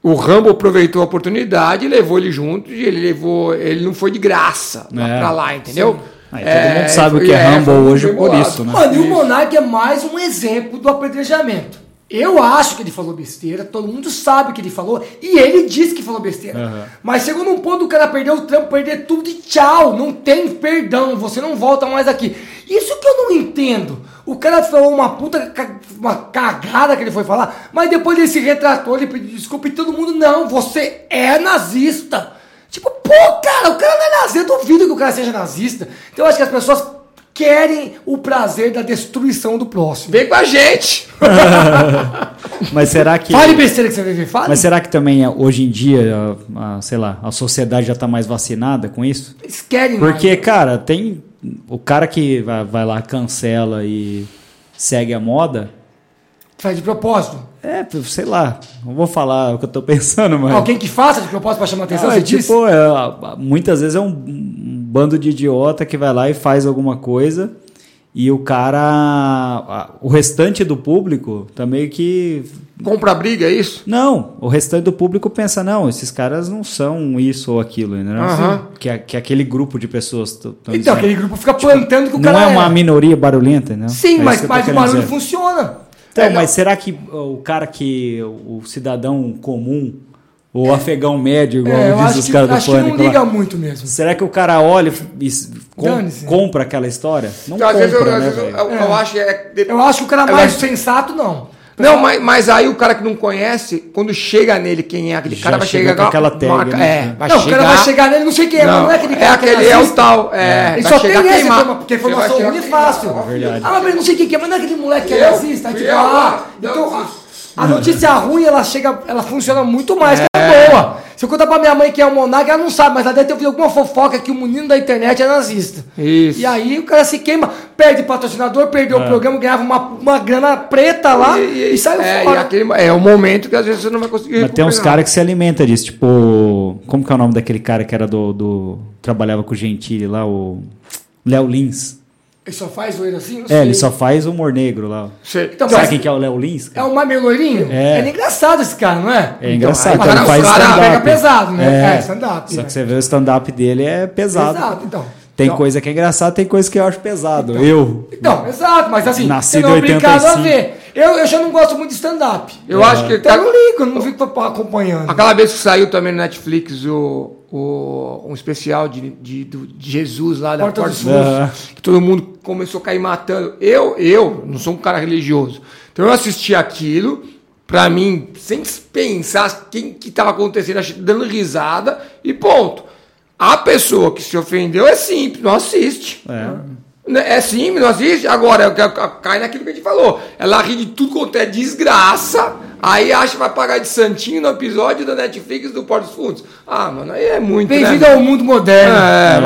C: o Rambo aproveitou a oportunidade, levou ele junto e ele levou, ele não foi de graça lá
A: É.
C: pra lá, entendeu?
A: Ah, e todo mundo sabe o que é Rambo
C: foi
A: hoje
C: bem
A: por
C: bolado.
A: isso, né?
B: Mano, e o Monark é mais um exemplo do apedrejamento. Eu acho que ele falou besteira, todo mundo sabe que ele falou, e ele disse que falou besteira. Mas chegou num ponto do cara perder o trampo, perder tudo e tchau, não tem perdão, você não volta mais aqui. Isso que eu não entendo. O cara falou uma puta ca- uma cagada que ele foi falar, mas depois ele se retratou, ele pediu desculpa e todo mundo, não, você é nazista. Tipo, pô, cara, o cara não é nazista, eu duvido que o cara seja nazista. Então eu acho que as pessoas querem o prazer da destruição do próximo.
C: Vem com a gente!
A: Mas será que.
B: Fale besteira que você vive, fale.
A: Mas será que também é, hoje em dia, a- a- sei lá, a sociedade já tá mais vacinada com isso?
B: Eles querem
A: Porque, cara, tem. O cara que vai, vai lá, cancela e segue a moda.
B: mais. Faz de propósito.
A: É, sei lá, não vou falar o que eu tô pensando, mas.
B: Alguém que faça de propósito pra chamar atenção,
A: Ah,
B: você
A: tipo,
B: diz?
A: é, muitas vezes é um, um bando de idiota que vai lá e faz alguma coisa e o cara. a- O restante do público tá meio que.
C: Compra briga, é isso?
A: Não, o restante do público pensa, não, esses caras não são isso ou aquilo, né?
C: Aham.
A: Que, a- que aquele grupo de pessoas. tão- tão
B: Então,
A: dizendo.
B: aquele grupo fica plantando que o
A: né? não
B: cara
A: é uma minoria barulhenta, né?
B: Sim,
A: É isso
B: mas,
A: que eu tô
B: mas o
A: querendo
B: barulho
A: dizer.
B: funciona.
A: Então, mas será que ó, o cara que. O cidadão comum, ou afegão médio, igual
B: É, eu
A: diz
B: acho
A: os
B: que,
A: caras do
B: acho que
A: pânico lá?
B: não liga muito mesmo.
A: Será que o cara olha e s- com-
B: Dane-se.
A: compra aquela história? Não
C: Então, às
A: compra,
C: vezes eu, às
A: né,
C: vezes eu-
A: velho?
C: eu- eu acho que é.
B: Eu acho é. que o cara
C: Eu
B: mais
C: acho-
B: sensato, não.
C: Não, mas, mas aí o cara que não conhece, quando chega nele quem é aquele
A: Já
C: cara, vai
A: chega
C: chegar
A: com aquela tag, né?
C: É, vai
B: não,
C: chegar.
B: o cara vai chegar nele, não sei quem é, mas
C: Não,
B: não é aquele
C: é
B: cara que
C: aquele, é
B: nazista.
C: o tal, é,
B: Ele
C: vai
B: só tem
C: chegar a
B: esse
C: queimar.
B: tema, porque a
C: Você vai
B: informação
C: chegar
B: ruim é
C: a queimar.
B: fácil.
A: Verdade.
B: Ah, mas não sei quem que é, mas não é aquele moleque que é
C: Eu?
B: nazista. Aí, tipo,
C: Eu?
B: ah,
C: Não,
B: então, a,
C: isso.
B: a notícia ruim, ela chega, ela funciona muito mais que a boa. Se eu contar pra minha mãe que é o Monarca, ela não sabe, mas ela deve ter ouvido alguma fofoca que o menino da internet é nazista.
C: Isso.
B: E aí o cara se queima, perde patrocinador, perdeu o programa, ganhava uma, uma grana preta lá e, saiu
C: é,
B: fora.
C: e aquele- é o momento que às vezes você não vai conseguir
A: Mas tem uns
C: recuperar.
A: caras que se alimentam disso, tipo. Como que é o nome daquele cara que era do. do- trabalhava com o Gentili lá, o. Léo Lins.
B: Ele só faz zoeira assim? Não
A: É, ele só faz humor negro lá.
C: Sei.
B: Então,
A: Sabe
B: mas-
A: quem que é o Léo Lins?
B: É um mameloirinho?
A: É.
B: Ele engraçado esse cara, não é?
A: É engraçado,
B: Então, aí,
A: ele
B: mas
A: faz
B: o cara
A: stand-up.
B: pega pesado, né?
A: É.
B: É, stand-up.
A: Só
B: né?
A: que você vê o stand-up dele é pesado.
B: Exato, então.
A: Tem
B: Então-
A: coisa que é engraçada, tem coisa que eu acho pesado. eu.
B: Então, exato, mas assim,
A: Nascido
B: você não é
A: em
B: obrigado a
A: 85.
B: ver. Eu, eu já não gosto muito de stand-up.
C: Eu
A: É.
C: acho que
B: Então eu não ligo, eu não fico pra- acompanhando.
C: aquela vez que saiu também no Netflix o, o- um especial de, de- do- de Jesus lá da
B: Porta
C: Porta
B: dos
C: dos
A: Fundos.
C: Fundos, que todo mundo começou a cair matando. Eu, eu não sou um cara religioso. Então eu assisti aquilo, pra mim, sem pensar quem que tava acontecendo, ach- dando risada e ponto. A pessoa que se ofendeu é simples, não assiste.
B: Então.
A: É.
C: Né, É simples, não assiste. Agora, ca- ca- cai naquilo que a gente falou. Ela ri de tudo quanto é desgraça. Aí acha que vai pagar de santinho no episódio da Netflix do Porto dos Fundos. Ah, mano, aí é muito,
B: Bem-vindo
C: né?
B: ao mundo moderno.
C: É,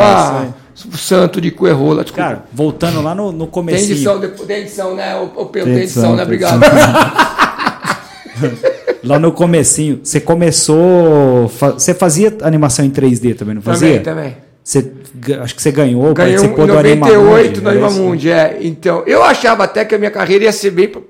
A: isso
C: vá. Santo de Coerrola, desculpa.
A: Cara, voltando lá no, no
C: tem edição,
A: comecinho.
C: depois- tem edição, né? O, o, tem,
A: Tem
C: edição, né?
A: edição, tem
C: Obrigado.
A: Lá no comecinho, você começou. fa- Você fazia animação em 3D também, não fazia?
C: Também, também.
A: Você, ga- acho que você ganhou,
C: Ganhei um,
A: participou
C: em
A: do Anima
C: 98 no
A: Mundi, era isso?
C: Animamundi, é. Então, eu achava até que a minha carreira ia ser bem pra-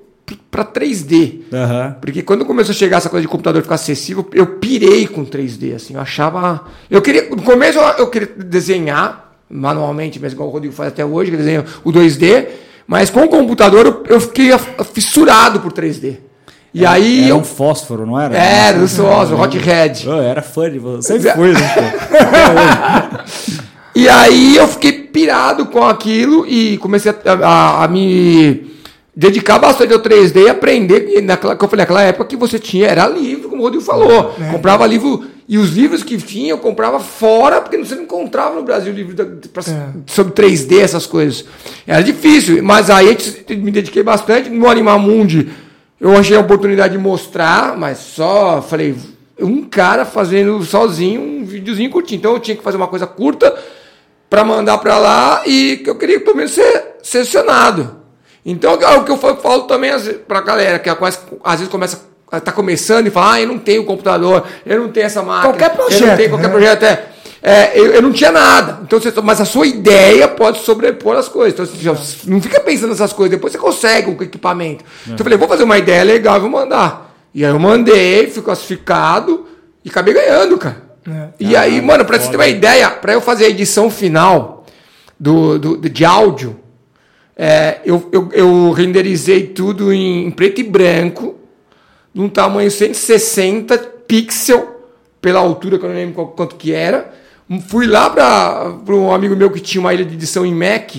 C: pra 3D.
A: Aham.
C: Porque quando começou a chegar essa coisa de computador ficar acessível, eu pirei com 3D, assim, eu achava... Eu queria, no começo eu, eu queria desenhar, manualmente mesmo, igual o Rodrigo faz até hoje, que desenha o 2D, mas com o computador eu, eu fiquei af- fissurado por 3D. E aí
A: Era
C: eu... é,
A: um né? fósforo, não era?
C: Era, o seu Osmo, Hot um Red.
A: Eu era fã de você. Sempre fui, né, pô?
C: E aí eu fiquei pirado com aquilo e comecei a, a- a me dedicar bastante ao 3D e aprender. E naquela, que eu falei, naquela época que você tinha, era livro, como o Rodrigo falou. Comprava livro, e os livros que tinha eu comprava fora, porque você não encontrava no Brasil livro da- pra- sobre 3D, essas coisas. Era difícil, mas aí eu te- me dediquei bastante no Animal Mundi. Eu achei a oportunidade de mostrar, mas só falei, um cara fazendo sozinho um videozinho curtinho. Então eu tinha que fazer uma coisa curta para mandar para lá e que eu queria pelo menos ser selecionado. Então é o que eu fa- falo também para a galera que é quase- às vezes começa tá começando e fala, ah, eu não tenho computador, eu não tenho essa máquina,
B: Qualquer
C: eu não
B: projeto,
C: tenho qualquer
B: né?
C: projeto, é, É, eu, eu não tinha nada. Então você, mas a sua ideia pode sobrepor as coisas. Então você já- não fica pensando nessas coisas, depois você consegue o equipamento. Então eu falei, vou fazer uma ideia legal, e vou mandar. E aí eu mandei, fui classificado e acabei ganhando, cara.
B: É.
C: E aí, mano, pra você ter uma ideia, pra eu fazer a edição final do, do- de áudio, é, eu, eu, eu renderizei tudo em, preto e branco, num tamanho 160 pixel, pela altura que eu não lembro qual- quanto que era. Fui lá para um amigo meu que tinha uma ilha de edição em Mac,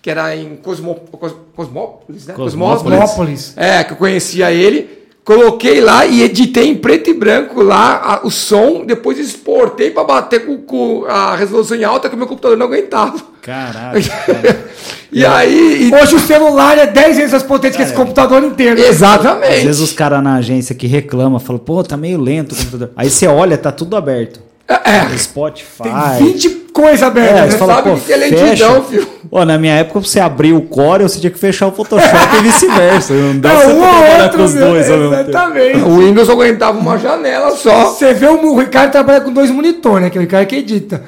C: que era em Cosmo, Cos- Cosmópolis, né?
A: Cosmópolis.
B: Cosmópolis.
C: É, que eu conhecia ele. Coloquei lá e editei em preto e branco lá a- o som, depois exportei para bater com, com a resolução em alta que o meu computador não aguentava.
A: Caralho. cara.
C: E aí. e-
B: Hoje o celular é 10 vezes mais potente que esse computador inteiro.
C: Exatamente.
A: Às vezes os caras na agência que reclamam, falam, pô, tá meio lento o computador. Aí você olha, tá tudo aberto.
C: É,
A: Spotify.
B: Tem 20 coisas
A: É,
B: abertas.
A: você
B: né?
A: fala,
C: sabe
A: pô,
C: o que é
A: fecha.
C: lentidão, filho.
A: Pô, na minha época, pra você abrir o Core, você tinha que fechar o Photoshop e vice-versa. Não
C: É
A: dá
C: um
A: pra você trabalhar com os
B: meu,
A: dois ao mesmo
C: né?
A: tempo.
B: Exatamente.
C: o Windows aguentava uma janela só.
B: Você vê o, o Ricardo trabalha com dois monitores, né? Que é o Ricardo que edita.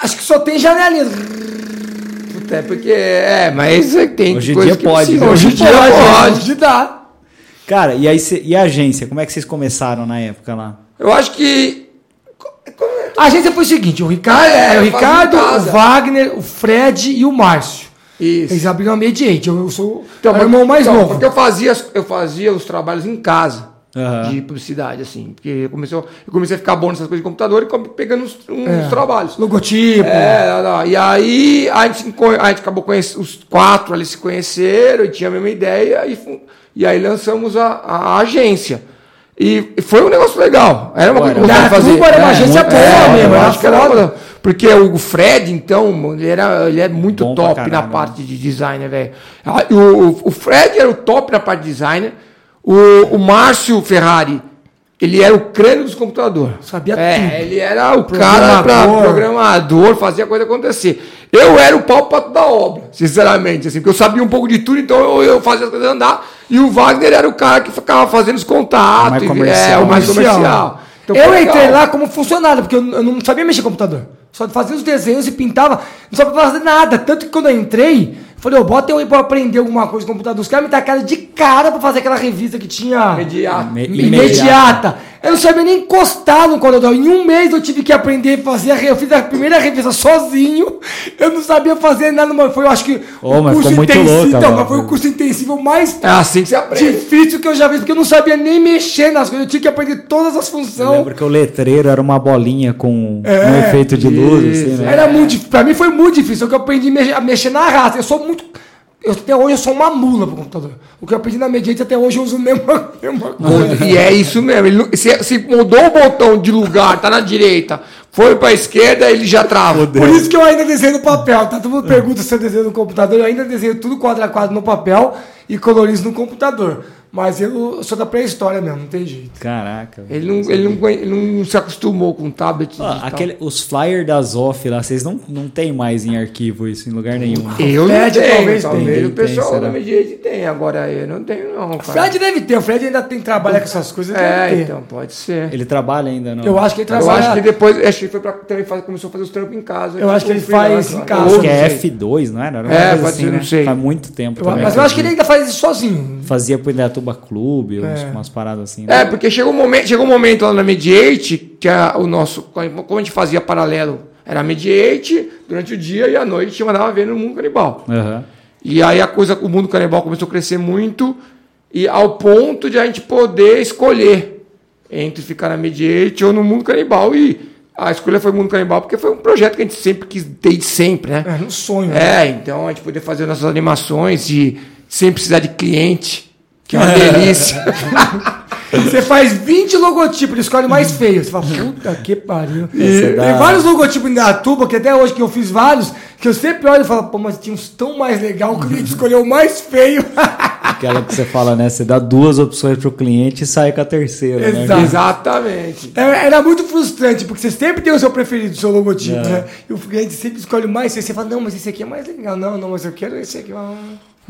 B: Acho que só tem janelinha.
C: Até porque, é, mas tem
A: Hoje em
C: coisa
A: dia
C: que
A: pode,
C: precisa.
A: né?
C: Hoje em dia pode.
B: Hoje dá.
A: Cara, e aí cê- e a agência? Como é que vocês começaram na época lá?
C: Eu acho que. co- como é?
B: A gente foi o seguinte, o Ricardo,
C: É,
B: o,
C: eu faço
B: Ricardo
C: em
B: o
C: casa.
B: Wagner, o Fred e o Márcio. Eles
C: Isso.
B: abriram a Mediate, eu, eu sou é
C: Então,
B: o irmão mais
C: então,
B: novo.
C: Porque eu fazia, as- eu fazia os trabalhos em casa.
A: Aham.
C: De publicidade, assim. Porque eu comecei, eu comecei a ficar bom nessas coisas de computador e come- pegando uns,
B: É.
C: uns trabalhos.
B: Logotipo.
C: É, não, não. e aí a gente, se enco- a gente acabou conhecendo, os quatro ali se conheceram e tinha a mesma ideia, e, fu- e aí lançamos a, a agência. E e foi um negócio legal. Era uma coisa que eu
B: Olha,
C: gostava de fazer. É,
B: Datuba era uma agência
C: muito-
B: boa mesmo,
C: eu
B: era
C: acho que era uma
B: foda.
C: coisa- Porque o Fred, então, mano, ele, era, ele é muito
A: Bom pra
C: top na
A: caralho, né?
C: parte de designer, velho. Ah, O, o- o Fred era o top na parte de designer. O, o Márcio Ferrari, ele era o crânio dos computadores.
B: Sabia
C: é,
B: tudo.
C: Ele era o cara pra
B: Programador.
C: programar programador, fazia a coisa acontecer. Eu era o pau pato da obra, sinceramente, assim, porque eu sabia um pouco de tudo, então eu, eu fazia as coisas andar, e o Wagner era o cara que ficava fazendo os contatos,
A: Mais
C: e-
A: comercial.
C: é, o mais
B: Comercial.
C: comercial. Então
B: eu
C: foi
B: entrei
C: legal.
B: lá como funcionário, porque eu, n- eu não sabia mexer em computador. Só fazia os desenhos e pintava, não sabia fazer nada. Tanto que quando eu entrei, falei, eu bota eu aí pra aprender alguma coisa de computador. Os caras me tacaram de cara pra fazer aquela revista que tinha...
C: Imediato.
A: Me-
B: Imediata. Eu não sabia nem encostar no corredor. Em um mês eu tive que aprender a fazer. a re- Eu fiz a primeira revista sozinho. Eu não sabia fazer nada. Mano. Foi, eu acho que,
A: Ô, mas ficou muito
B: intensivo.
A: louca,
B: Então,
A: mano.
B: mas foi o curso intensivo mais
C: É assim que você aprende.
B: difícil que eu já fiz, porque eu não sabia nem mexer nas coisas. Eu tinha que aprender todas as
A: Eu
B: funções.
A: lembro que o letreiro era uma bolinha com
C: É,
A: um efeito de luz, assim, né?
B: Era muito difícil. Pra mim foi muito difícil. O que eu aprendi a mexer, a mexer na raça. Eu sou muito. eu- até hoje eu sou uma mula pro computador. O que eu aprendi na mediante até hoje eu uso a mesma, a mesma coisa.
C: E é isso mesmo. Ele, não- se, se mudou o botão de lugar, tá na direita, foi pra esquerda, ele já trava.
B: Por isso que eu ainda desenho no papel, tá? Todo mundo pergunta se eu desenho no computador, eu ainda desenho tudo quadro a quadro no papel e colorizo no computador. Mas eu sou da pré-história mesmo, não tem jeito.
A: Caraca. velho.
C: Ele não, ele, não, conhe- ele não se acostumou com tablet
A: Ó,
C: digital.
A: Ah, aquele, os flyers da Zoff lá, vocês não, não tem mais em arquivo isso, em lugar nenhum. né?
C: Eu não
B: Fred
C: tenho,
B: talvez
C: talvez,
A: tenha.
C: o pessoal
A: Tem, será?
C: da Mediate tem, agora eu não tenho não, cara.
B: Fred deve ter, o Fred ainda tem trabalho com essas coisas. ele
C: É,
B: deve ter.
C: então, pode ser.
A: Ele trabalha ainda, não?
B: Eu acho que ele
C: Eu
B: trabalha.
C: acho que depois, acho que ele foi pra, também faz- começou a fazer os trampos em casa.
B: Eu acho que ele
C: Tipo,
B: faz
C: freelance,
B: em
C: eu acho.
B: casa.
A: Acho
C: Ou
A: que é
C: não sei.
A: F2, não era? Era uma
C: É,
A: coisa
C: pode ser, não
A: né?
C: sei.
A: Faz muito tempo
B: eu-
A: também.
B: mas eu acho que ele ainda faz isso sozinho.
A: Fazia pro Indaiatuba Clube, uns- umas paradas assim. né?
C: É, porque chegou um momento, chegou um momento lá na Mediate, que a- o nosso, como a gente fazia paralelo, era a Mediate durante o dia e à noite mandava ver no Mundo Canibal.
A: Aham.
C: E aí a coisa, o Mundo Canibal começou a crescer muito e ao ponto de a gente poder escolher entre ficar na Mediate ou no Mundo Canibal. E a escolha foi Mundo Canibal porque foi um projeto que a gente sempre quis, desde sempre, né?
B: É um sonho. né?
C: É, então a gente poder fazer nossas animações e sem precisar de cliente, que é uma delícia.
B: Você faz 20 logotipos, ele escolhe o mais feio. Você fala, puta que pariu.
A: Essa é da-
B: Tem vários logotipos em Datuba, que até hoje que eu fiz vários, que eu sempre olho e falo, pô, mas tinha uns tão mais legal que a gente escolheu o mais feio.
A: Aquela que você fala, né? Você dá duas opções pro cliente e sai com a terceira, né?
B: Exato.
C: Exatamente.
B: Era É, era muito frustrante, porque você sempre tem o seu preferido, o seu logotipo,
A: É.
B: né? E o cliente sempre escolhe o mais feio. Você fala, não, mas esse aqui é mais legal. Não, não, mas eu quero esse aqui. Ah.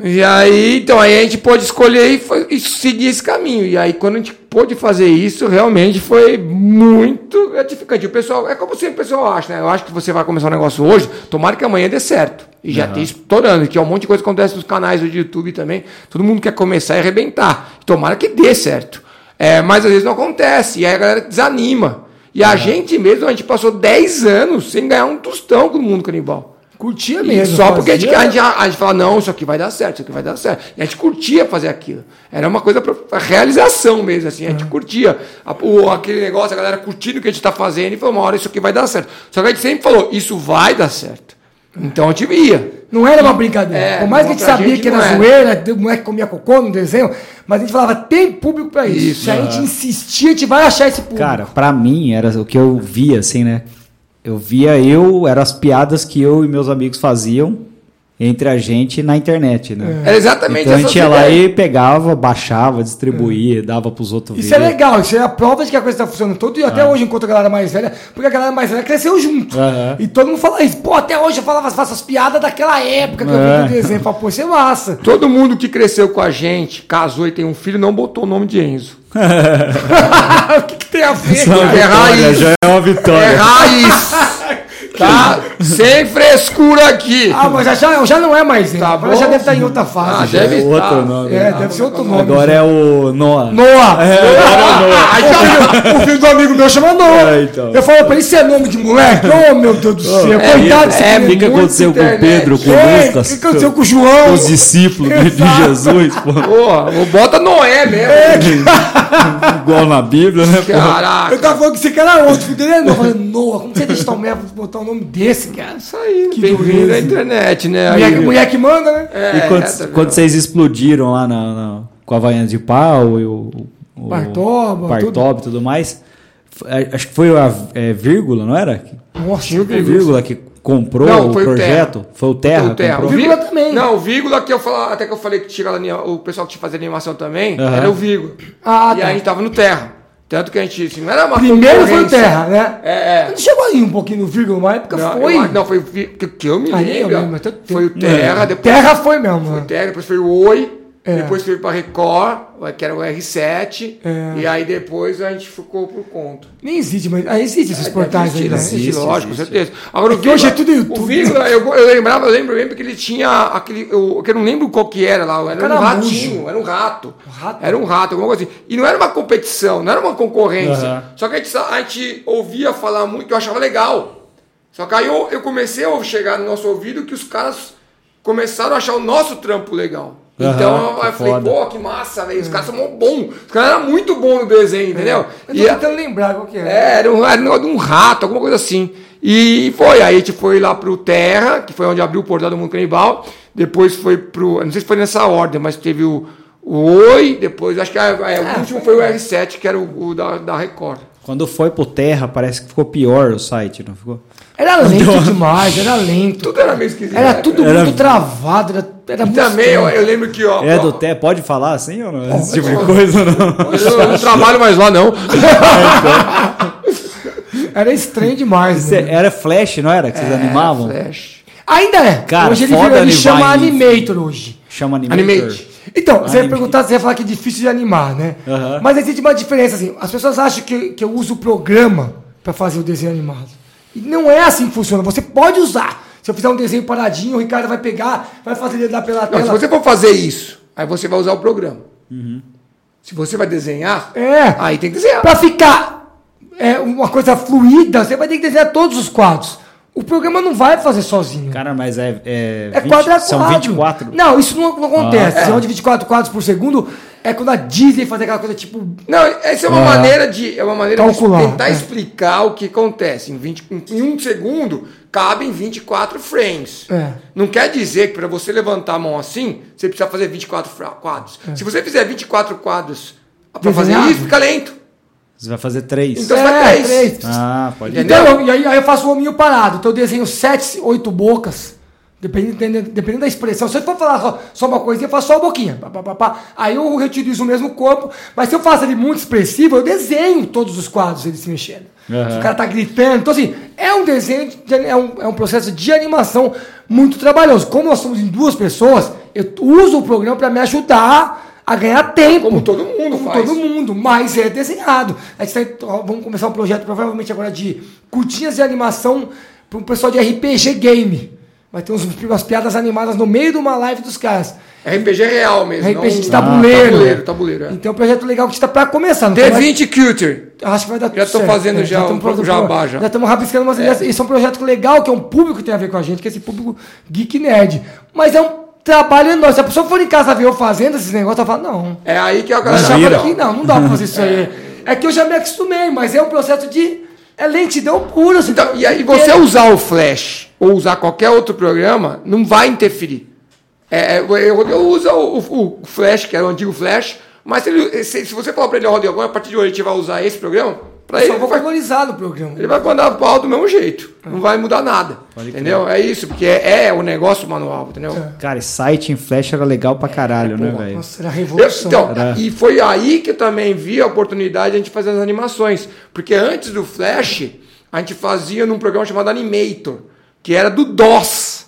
C: E aí, então, aí a gente pôde escolher e, foi- e seguir esse caminho. E aí, quando a gente pôde fazer isso, realmente foi muito gratificante. O pessoal, é como sempre o pessoal acha, né? Eu acho que você vai começar um negócio hoje, tomara que amanhã dê certo. E já tem estourando, que é um monte de coisa que acontece nos canais do YouTube também. Todo mundo quer começar e arrebentar. Tomara que dê certo. É, mas às vezes não acontece. E aí a galera desanima. E a gente mesmo, a gente passou 10 anos sem ganhar um tostão com o mundo canibal.
A: É
B: Curtia
C: E
B: mesmo.
C: só porque a gente,
B: fazia-
C: a, gente, a gente fala, não, isso aqui vai dar certo, isso aqui vai dar certo. E a gente curtia fazer aquilo. Era uma coisa para realização mesmo, assim, a
A: É.
C: gente curtia. A- o- aquele negócio, a galera curtindo o que a gente está fazendo e falou, uma hora isso aqui vai dar certo. Só que a gente sempre falou, isso vai dar certo. Então a gente via.
B: Não era uma brincadeira.
C: É,
B: Por mais que a
C: não,
B: gente
C: pra
B: sabia
C: gente
B: que era
C: não era.
B: zoeira, o moleque comia cocô no desenho, mas a gente falava, tem público pra isso.
C: Isso, é.
B: Se a gente insistir, a gente vai achar esse público.
A: Cara, pra mim era o que eu via, assim, né? Eu via eu, eram as piadas que eu e meus amigos faziam entre a gente na internet,
B: É.
A: né?
C: Era exatamente
A: Então a gente
C: essas
A: ia lá
C: ideias.
A: e pegava, baixava, distribuía, dava pros outros
B: isso é
A: ver.
B: legal, isso é a prova de que a coisa tá funcionando todo e até
C: É.
B: hoje encontro a galera mais velha, porque a galera mais velha cresceu junto.
A: Aham.
B: E todo mundo fala isso. Pô, até hoje eu falava, faço as piadas daquela época que
A: É.
B: eu vi o desenho. Fala, pô, isso é massa.
C: Todo mundo que cresceu com a gente, casou e tem um filho, não botou o nome de Enzo.
B: o que, que tem a ver?
A: Isso é uma
B: cara?
C: É
A: vitória,
C: raiz.
A: já é uma vitória.
C: É raiz! tá? Sem frescura aqui!
B: Ah, mas já- já, já não é mais. Tá Agora
C: bom.
B: já deve estar em outra fase.
C: Ah,
B: já.
C: deve
A: É outro
C: estar.
A: nome.
B: É, deve ser outro nome.
A: Agora é o Noah.
B: Noah!
C: Ah, já-
B: O filho do amigo meu chama Noah.
A: É, então.
B: Eu falo pra ele, isso é nome de moleque? Oh, meu Deus do céu.
A: É,
B: Coitado desse
A: é, o que, que
C: muito
A: aconteceu com o
C: internet.
A: Pedro, com o
B: É, o
A: Lucas,
B: que aconteceu com o João?
A: os discípulos de- de
B: Exato.
A: Jesus, pô,
C: Porra, o bota Noé mesmo.
B: É,
A: igual na Bíblia, né? pô?
B: Eu
C: Caraca.
B: tava falando que esse cara era outro, filho dele é Noah. Eu falei, Noah, como você deixa o merda de botar um nome desse, cara?
C: Isso aí, bem-vindo à internet, né? Aí,
B: Mulher, mulher que manda, né?
C: é,
A: E quando,
C: é, tá vendo?
A: quando vocês explodiram lá na, na- com a Havaianas de Pau e o, o
B: Partoba,
A: o Partoba e tudo mais, f- é, acho que foi a é, vírgula, não era? Que-
B: Nossa,
A: A vírgula que comprou
C: Não,
A: o
C: foi o
A: projeto? Foi o Terra?
C: o Terra. O
A: comprou?
B: Vírgula
C: Ví-
B: também.
C: Não, o Vírgula que eu falava, até que eu falei que tinha lá anima- o pessoal que te fazia animação também,
A: Aham.
C: era o Vírgula.
B: Ah,
C: e
B: tá.
C: aí a gente tava no Terra. Tanto que a gente, assim, não era uma
B: Primeiro foi o
C: concorrência.
B: Terra, né?
C: É, é.
B: Não chegou aí um pouquinho no vírgula, uma época
C: Não,
B: foi.
C: eu- não, foi o Vi- que, que eu me
B: Aí eu
C: lembro.
B: lembro, até o
C: foi o Terra, depois
B: Terra foi mesmo.
C: Foi
B: né?
C: Terra, depois foi o Oi,
B: É.
C: depois foi pra Record, que era o R7,
B: É.
C: e aí depois a gente ficou por conta.
B: Nem existe, mas ah, existe esses portais aí, né?
C: Existe,
A: Existe,
C: lógico,
A: existe.
C: com certeza. Agora,
B: É que hoje é tudo YouTube.
C: O Vírgula, eu, eu lembrava, eu lembro, eu lembro que ele tinha aquele. Eu, que eu não lembro qual que era lá. Era um
B: Caramujo.
C: ratinho, era um rato.
B: rato?
C: Era um rato, alguma coisa assim. E não era uma competição, não era uma concorrência.
A: Aham.
C: Só que a gente, sa- a gente ouvia falar muito, eu achava legal. Só que aí eu, eu comecei a chegar no nosso ouvido que os caras começaram a achar o nosso trampo legal.
A: Aham,
C: Então
A: que
C: eu falei,
A: foda.
C: pô, que massa, velho. Os caras são mó bom. Os caras eram muito bons no desenho, entendeu?
B: É. Eu
C: E
B: tô
C: a-
B: tentando lembrar qual que era.
C: é, era um, era um negócio de um rato, alguma coisa assim. E foi, aí a gente foi lá pro Terra, que foi onde abriu o portal do Mundo Canibal. Depois foi pro. eu Não sei se foi nessa ordem, mas teve Ah, o, o Oi, depois. Acho que a- a- o último foi o R7, que era o, o da, da Record.
A: Quando foi pro Terra, parece que ficou pior o site, não ficou?
B: Era lento demais, era lento.
C: Tudo era meio esquisito. né?
B: Era tudo
A: Era-
B: muito travado, era, era
C: E
B: muito
C: É, também, ó,
B: estranho.
C: eu, lembro que, ó.
A: É
C: ó,
A: do Terra, pode falar assim ou não? Esse tipo de coisa ou não?
C: Eu não trabalho mais lá, não.
B: Era estranho demais.
A: Cê-
B: né?
A: Era Flash, não era? Que vocês animavam?
C: É, Flash.
B: Ainda é.
A: Cara,
B: hoje ele,
A: foda
B: virou, ele
A: animar
B: chama
A: isso.
B: Animator hoje.
A: Chama Animator.
C: Animate.
B: Então, você ia
A: Anime.
B: perguntar, você ia falar que é difícil de animar, né?
A: Aham.
B: Mas existe uma diferença, assim. As pessoas acham que, que eu uso o programa pra fazer o desenho animado. E não é assim que funciona. Você pode usar. Se eu fizer um desenho paradinho, o Ricardo vai pegar, vai fazer ele dar pela
C: Não, se
B: tela.
C: você for fazer isso, aí você vai usar o programa.
A: Uhum.
C: Se você vai desenhar,
B: É.
C: aí tem que desenhar.
B: Pra ficar é, uma coisa fluida, você vai ter que desenhar todos os quadros. O programa não vai fazer sozinho.
A: Cara, mas é. É,
B: É
A: 20
B: quadro a quadro.
A: São 24.
B: Não, isso não, não acontece.
A: Ah.
B: Se é. onde 24 quadros por segundo, é quando a Disney faz aquela coisa tipo.
C: Não, essa é uma
A: Ah.
C: maneira de. É uma maneira
B: Calcular,
C: de tentar
B: é.
C: explicar o que acontece. Em, 20, em- em um segundo, cabem 24 frames.
B: É.
C: Não quer dizer que para você levantar a mão assim, você precisa fazer 24 fra- quadros. Se você fizer 24 quadros para fazer
B: É. Desenhado?
C: isso, fica lento.
A: Você vai fazer três.
C: Então-
B: É,
C: vai três.
A: Ah, pode
C: Entendeu?
B: Então, eu- e aí, aí eu faço o hominho parado. Então eu desenho sete, oito bocas. Dependendo, dependendo- dependendo da expressão. Se eu for falar só, só uma coisinha, eu faço só a boquinha. Pá, pá, pá, pá. Aí eu reutilizo o mesmo corpo. Mas se eu faço ele muito expressivo, eu desenho todos os quadros ele se mexendo.
A: Aham.
B: Se o cara tá gritando. Então, assim, é um desenho, de- é, um, é um processo de animação muito trabalhoso. Como nós somos em duas pessoas, eu uso o programa para me ajudar a ganhar tempo.
C: Como todo mundo
B: Como
C: faz.
B: todo mundo, mas é desenhado. A gente tá, então, vamos começar um projeto provavelmente agora de curtinhas de animação para um pessoal de RPG game. Vai ter uns, umas piadas animadas no meio de uma live dos caras.
C: RPG real mesmo.
B: RPG de
C: não-
B: tabuleiro.
C: tabuleiro, tabuleiro, é.
B: Então é um projeto legal que está para começar. não tá mais-
C: D20 Cuter.
B: eu Acho que vai dar É,
C: Já tô fazendo já o próprio jabá, já.
B: Já estamos rabiscando umas ideias. Esse é um projeto legal, que é um público que tem a ver com a gente, que é esse público geek nerd. Mas é um trabalho enorme. Se a pessoa for em casa ver eu fazendo esses negócios, ela fala, não,
C: É aí que a
B: eu
C: galera
B: já
A: Mentira.
B: falei que não, não dá pra fazer isso aí. É que eu já me acostumei, mas é um processo de. É lentidão pura. assim.
C: Então, e aí você usar o Flash ou usar qualquer outro programa não vai interferir. É, é, eu, eu uso o, o- o Flash, que era o antigo Flash, mas ele- se, se você falar pra ele, ó, Rodrigo, agora a partir de hoje a gente vai usar esse programa, pra
B: Eu
C: ele,
B: só vou É.
C: vai-
B: valorizar no programa.
C: ele vai mandar pau do mesmo jeito. Não vai mudar nada. entendeu? É isso, porque é, é o negócio manual, entendeu?
B: É.
A: Cara, esse site em Flash era legal
C: É,
A: pra caralho, né, velho?
B: Nossa, era
C: Eu-
B: revolução.
C: então,
A: Era-
C: e foi aí que eu também vi a oportunidade de a gente fazer as animações. Porque antes do Flash, a gente fazia num programa chamado Animator, que era do DOS.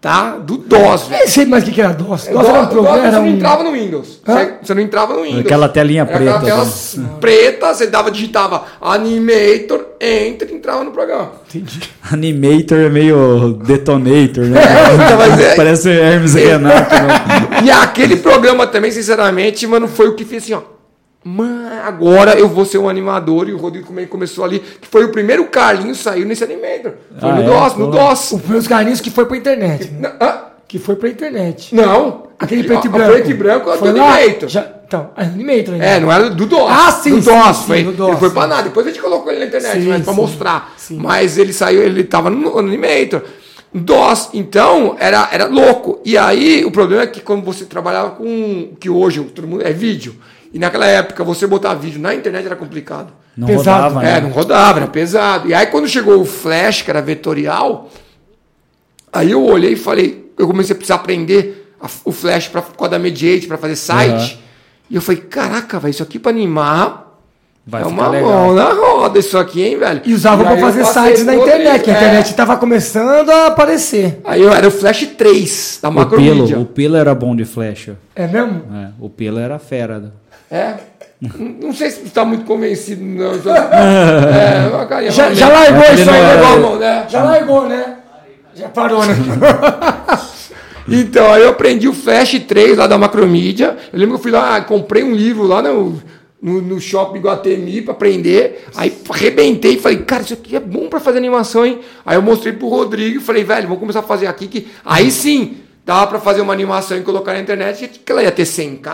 C: Tá? Do DOS, velho.
B: nem sei mais o que que era DOS. DOS era um
C: DOS- DOS,
B: programa.
C: você
B: Era
C: não
B: um...
C: entrava no Windows.
B: Hã?
C: Você, você não entrava no Windows.
A: Aquela telinha
C: Era aquela
A: preta,
C: tela
A: né?
C: preta, você dava, digitava Animator, enter e entrava no programa.
A: Animator é meio detonator, né?
C: mas é-
A: Parece Hermes e Renato. Né?
C: E aquele programa também, sinceramente, mano, foi o que fez assim, ó. Mano, agora eu vou ser um animador e o Rodrigo também começou ali, que foi o primeiro Carlinhos que saiu nesse animator. Foi
A: Ah,
C: no
A: é?
C: DOS, no
A: Pô.
C: DOS.
B: O Meus Carlinhos que foi pra internet. né?
C: N- hã?
B: Que foi pra internet.
C: Não,
B: Aquele preto e
C: a- a
B: branco.
C: Preto e branco é do
B: Foi lá,
C: animator.
B: já- então, é animator ainda.
C: É, não era do DOS.
B: Ah, sim,
C: do
B: sim,
C: DOS,
B: sim,
C: foi,
B: do DOS,
C: Ele foi
B: sim.
C: pra nada. Depois a gente colocou ele na internet,
B: Sim,
C: mas pra
B: sim,
C: mostrar.
B: sim.
C: Mas ele saiu, ele tava no Animator. DOS, então, era, era louco. E aí, o problema é que quando você trabalhava com. que hoje todo mundo é vídeo. E naquela época, você botar vídeo na internet era complicado.
A: Não
B: Pesado.
A: rodava,
C: É,
A: né?
C: não rodava, era pesado. E aí quando chegou o Flash, que era vetorial, aí eu olhei e falei, eu comecei a precisar aprender a- o Flash pra, por causa da Mediate para fazer site.
A: Aham.
C: E eu falei, caraca, velho, isso aqui pra animar
A: Vai
C: é
A: ficar
C: uma
A: legal.
C: mão na roda isso aqui, hein, velho?
B: E usava pra
C: aí eu
B: fazer
C: passei
B: sites na
C: pro
B: internet, que a
C: Rodrigo, é.
B: internet tava começando a aparecer.
C: Aí eu era o Flash 3 da
A: O Pelo, o
C: Macromedia.
A: Pelo era bom de Flash. ó.
B: É mesmo?
A: É, o Pelo era fera. né?
C: É. Não não sei se está muito convencido, não. Então, é, uma carinha, É,
B: Já,
C: realmente.
B: já largou
A: Ele
B: isso
A: não
B: aí,
A: era-
B: né,
C: Legal,
B: Paulo?
C: mano, né?
B: Já largou, né? Já parou, né?
C: Então, aí eu aprendi o Flash 3 lá da Macromídia. Eu lembro que eu fui lá, comprei um livro lá no, no, no shopping Guatemi pra aprender. Aí arrebentei e falei, cara, isso aqui é bom pra fazer animação, hein? Aí eu mostrei pro Rodrigo e falei, velho, vamos começar a fazer aqui que aí sim dava pra fazer uma animação e colocar na internet que ela ia ter 100k.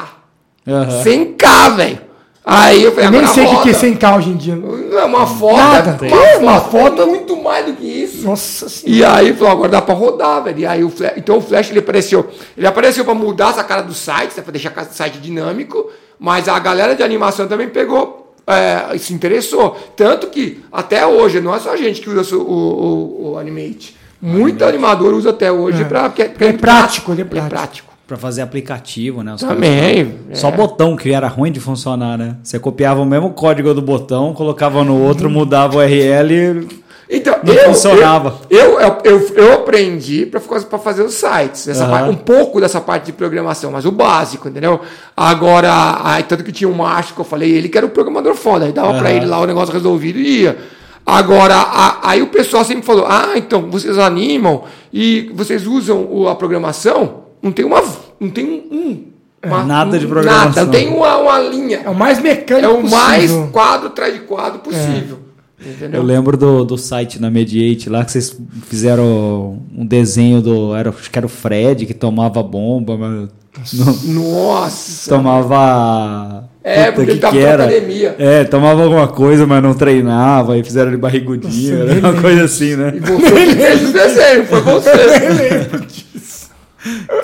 A: Aham.
C: 100k, velho. Aí eu falei,
B: Eu nem
C: agora
B: sei o que que é
C: roda.
B: 100k hoje em dia.
C: É uma foto.
B: Nada.
C: é
B: Que?
C: Uma
B: Uma
C: foto é
B: foto?
C: muito mais do que isso.
B: Nossa senhora.
C: E aí falou, agora dá pra rodar, velho. E aí o Flash, então o Flash ele apareceu, ele apareceu pra mudar essa cara do site, né, pra deixar o site dinâmico, mas a galera de animação também pegou é, se interessou. Tanto que até hoje, não é só a gente que usa o, o, o Animate. Muito animador usa até hoje,
B: É.
C: pra, porque, é- porque
B: Ele é prático, ele é
C: Ele é
B: prático.
C: prático.
A: Pra fazer aplicativo, né? Os caras-
C: Também.
A: Só
C: é.
A: botão que era ruim de funcionar, né? Você copiava o mesmo código do botão, colocava no outro, mudava o URL.
C: Então,
A: Não
C: eu,
A: funcionava.
C: Eu, eu, eu, eu aprendi para fazer os sites, essa
A: Aham.
C: parte- um pouco dessa parte de programação, mas o básico, entendeu? Agora, aí, tanto que tinha um macho que eu falei, ele que era o programador foda, aí dava pra
A: Aham.
C: ele lá o negócio resolvido e ia. Agora, a- aí o pessoal sempre falou: ah, então vocês animam e vocês usam o- a programação, não tem uma. Não tem um. um- uma-
A: nada de
C: um-
A: programação.
C: Nada, não tem uma, uma linha.
B: É o mais mecânico
C: É o mais
B: possível.
C: quadro atrás de quadro possível. Entendeu?
A: Eu lembro do, do site na Mediate lá que vocês fizeram um desenho do. Era, acho que era o Fred que tomava bomba, mas. não-
C: Nossa!
A: tomava.
C: É,
A: Puta,
C: porque ele tava na academia.
A: É, tomava alguma coisa, mas não treinava, e fizeram ele barrigudinho, era uma coisa assim, né?
C: E você que fez o desenho, Então, foi você.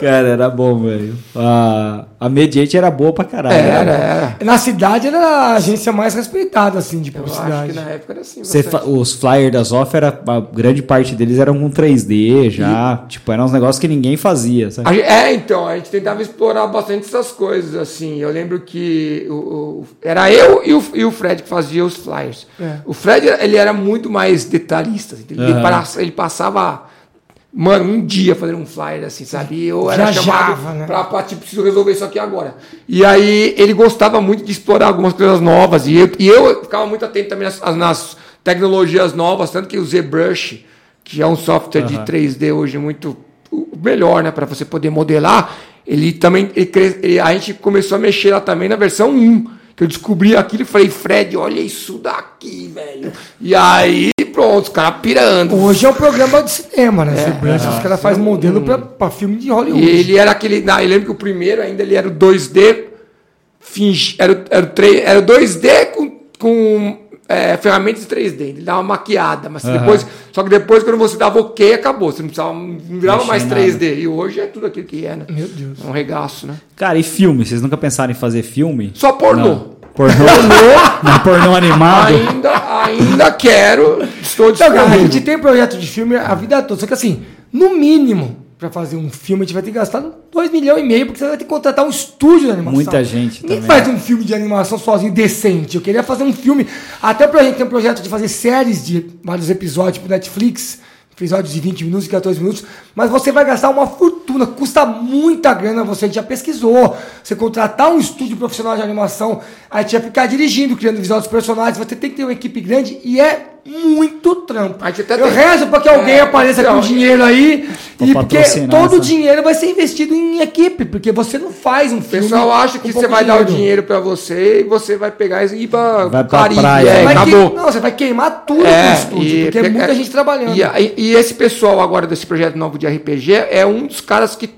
A: Cara, era bom, velho. A, a Mediate era boa pra caralho.
C: Era,
A: né?
C: era.
B: Na cidade era a agência mais respeitada, assim, de
C: Eu acho que
B: publicidade.
C: na época era assim.
A: Você
C: bastante.
A: fa- os flyers da Zoff, era, a grande parte deles um eram com 3D já. Tipo, eram uns negócios que ninguém fazia, sabe?
C: A gen- é, então, a gente tentava explorar bastante essas coisas, assim. Eu lembro que o, o- era eu e o, e o Fred que fazia os flyers.
B: É.
C: O Fred, ele era muito mais detalhista. assim, Ele,
A: Aham.
C: passa- ele passava, mano, um dia fazendo um flyer, assim, sabe? E eu era
B: Viajava,
C: chamado
B: né?
C: pra, pra, tipo, preciso resolver isso aqui agora. E aí, ele gostava muito de explorar algumas coisas novas. E eu, e eu ficava muito atento também nas, nas tecnologias novas, tanto que o ZBrush, que é um software de
A: Aham.
C: 3D hoje muito o melhor, né, para você poder modelar. Ele também ele cres- ele- a gente começou a mexer lá também na versão 1, que eu descobri aquilo e falei, Fred, olha isso daqui, velho. E aí, pronto, os caras pirando.
B: Hoje é um programa de cinema, né? Esse branch, os caras fazem modelo pra, pra filme de Hollywood.
C: É, E ele era aquele, na- eu lembro que o primeiro ainda ele era o 2D fingi, era, o- era, o tre- era o 2D com, com é, ferramentas de 3D, ele dava uma maquiada, mas
A: Aham.
C: depois, só que depois quando você dava OK, acabou, você não precisava, não virava
A: Mexer
C: mais
A: em
C: 3D, e hoje é tudo aquilo que é, né?
B: Meu Deus.
C: É um regaço, né?
A: Cara, e filme? Vocês nunca pensaram em fazer filme?
C: Só pornô.
A: Não. Pornô? Não, pornô animado?
C: Ainda, ainda quero, estou
B: Então, cara, a gente
C: disponível.
B: tem projeto de filme a vida toda. Só que assim, no mínimo, pra fazer um filme, a gente vai ter que gastar 2 milhões e meio, porque você vai ter que contratar um estúdio de animação.
A: Muita gente
B: Ninguém
A: também.
B: faz um filme de animação sozinho decente. Eu queria fazer um filme. Até pra gente ter um projeto de fazer séries de vários episódios pro Netflix. Episódios de 20 minutos, 14 minutos, mas você vai gastar uma fortuna, custa muita grana. Você já pesquisou. Você contratar um estúdio profissional de animação, aí tinha que ficar dirigindo, criando visual dos personagens. Você tem que ter uma equipe grande e é muito trampo.
C: A gente até
B: Eu
C: tem-
B: rezo pra que alguém
C: É,
B: apareça
C: então,
B: com dinheiro aí.
A: Pra
B: E porque
A: patrocinar né?
B: todo o
A: essa-
B: dinheiro vai ser investido em equipe, porque você não faz um
C: O
B: filme.
C: pessoal acha
B: com
C: que
B: pouco
C: você vai dar o dinheiro pra você e você vai pegar e ir pra,
A: Vai pra praia. né?
C: É,
B: Vai que-
C: acabou.
B: Não, você vai queimar tudo no estúdio, porque é muita gente trabalhando.
C: E, a- e- e esse pessoal agora desse projeto novo de RPG é um dos caras que,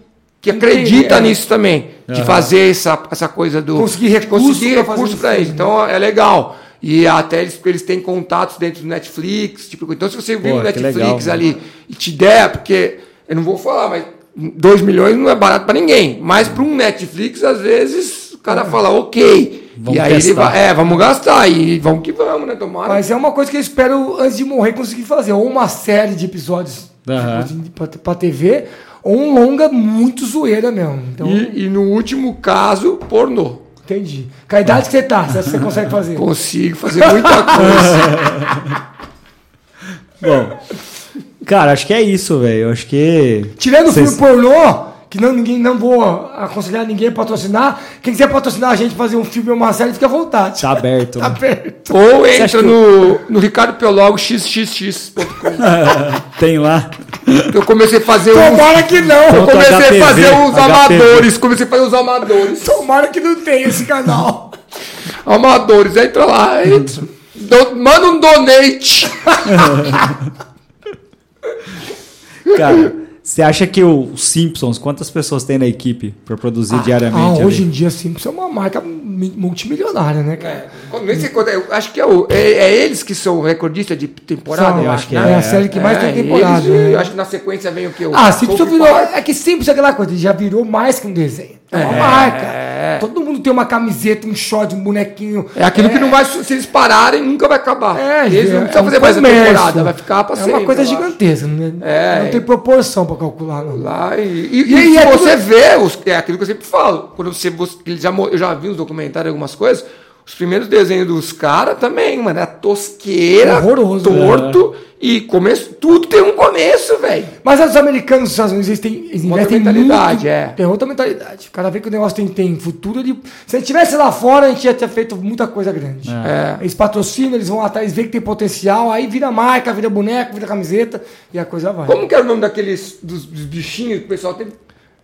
C: que acredita
B: é.
C: nisso também, de fazer essa, essa coisa do.
B: Conseguir recurso
C: conseguir
B: pra fazer
C: recurso
B: um
C: pra
B: filme.
C: eles. Então é legal. E até eles, porque eles têm contatos dentro do Netflix. Tipo, então, se você viu o
A: que
C: Netflix
A: legal.
C: ali e te der, porque eu não vou falar, mas 2 milhões não é barato pra ninguém. Mas pra um Netflix, às vezes, o
B: É.
C: cara fala, ok.
A: Vamos
C: e aí ele
A: testar.
C: vai, é, vamos gastar. E vamos que vamos, né? Tomara.
B: Mas é uma coisa que eu espero, antes de morrer, conseguir fazer. Ou uma série de episódios
A: Aham.
B: tipo, de- pra, pra TV, ou um longa muito zoeira mesmo. Então,
C: E, e no último caso, pornô.
B: entendi. Com a idade que você tá, se você consegue fazer.
C: Consigo fazer muita coisa.
A: Bom, cara, acho que é isso, velho. Acho que.
B: Tirando o
A: Vocês-
B: filme pornô, que não, ninguém, não vou aconselhar ninguém a patrocinar. Quem quiser patrocinar a gente fazer um filme ou uma série, fica à vontade.
A: Tá aberto.
B: Tá
A: né?
B: aberto.
C: Ou
A: acha
C: entra
A: que
C: no, no Ricardo Piologo xxx.com.
A: Tem lá.
C: Eu comecei a fazer uns.
B: Tomara que não.
C: Eu
A: Ponto
C: comecei
A: HPV,
C: a fazer uns
A: HPV.
C: amadores. Comecei a fazer uns amadores.
B: Tomara que não tenha esse canal.
C: Amadores, entra lá. Entra. Do- manda um donate.
A: Cara, você acha que o Simpsons, quantas pessoas tem na equipe pra produzir diariamente?
B: Ah,
A: ali?
B: hoje em dia, sim, isso é uma marca mi- multimilionária, né, cara?
C: É, nem sei quando é, eu acho que é, o, é, é eles que são o recordista de temporada,
B: São,
C: eu
B: acho que
C: né?
B: é a série que mais tem temporada,
C: eles,
B: né?
C: Eu acho que na sequência vem o que? O
B: Ah, Simpsons
C: South
B: virou.
C: Park.
B: É que Simpsons é aquela coisa, já virou mais que um desenho. É uma marca. Todo mundo tem uma camiseta, um short, um bonequinho.
C: É aquilo que não vai. Se eles pararem, nunca vai acabar.
B: É,
C: eles não
B: é
C: precisam
B: um
C: fazer mais a
B: comércio.
C: temporada, vai ficar pra
B: É
C: sempre,
B: uma coisa
C: eu acho.
B: gigantesca, né?
C: É.
B: Não tem proporção pra calcular, não.
C: Lá e, e,
B: E aí,
C: e se
B: é tudo-
C: você vê, os, é aquilo que eu sempre falo. Quando você, você- ele já, mo- eu já vi uns documentários, algumas coisas. Os primeiros desenhos dos caras também, mano. Era tosqueira,
B: Horroroso, né?
C: torto e começo. Tudo tem um começo, velho.
B: Mas os americanos nos Estados Unidos, eles, têm, eles
C: Outra
B: investem
C: mentalidade,
B: muito,
C: é.
B: Tem outra mentalidade. O cara vê que o negócio tem, tem futuro. Ele, se ele estivesse lá fora, a gente ia ter feito muita coisa grande.
C: É.
B: Eles patrocinam, eles vão atrás, vê que tem potencial, aí vira marca, vira boneco, vira camiseta e a coisa vai.
C: Como que era o nome daqueles dos, dos bichinhos que o pessoal teve?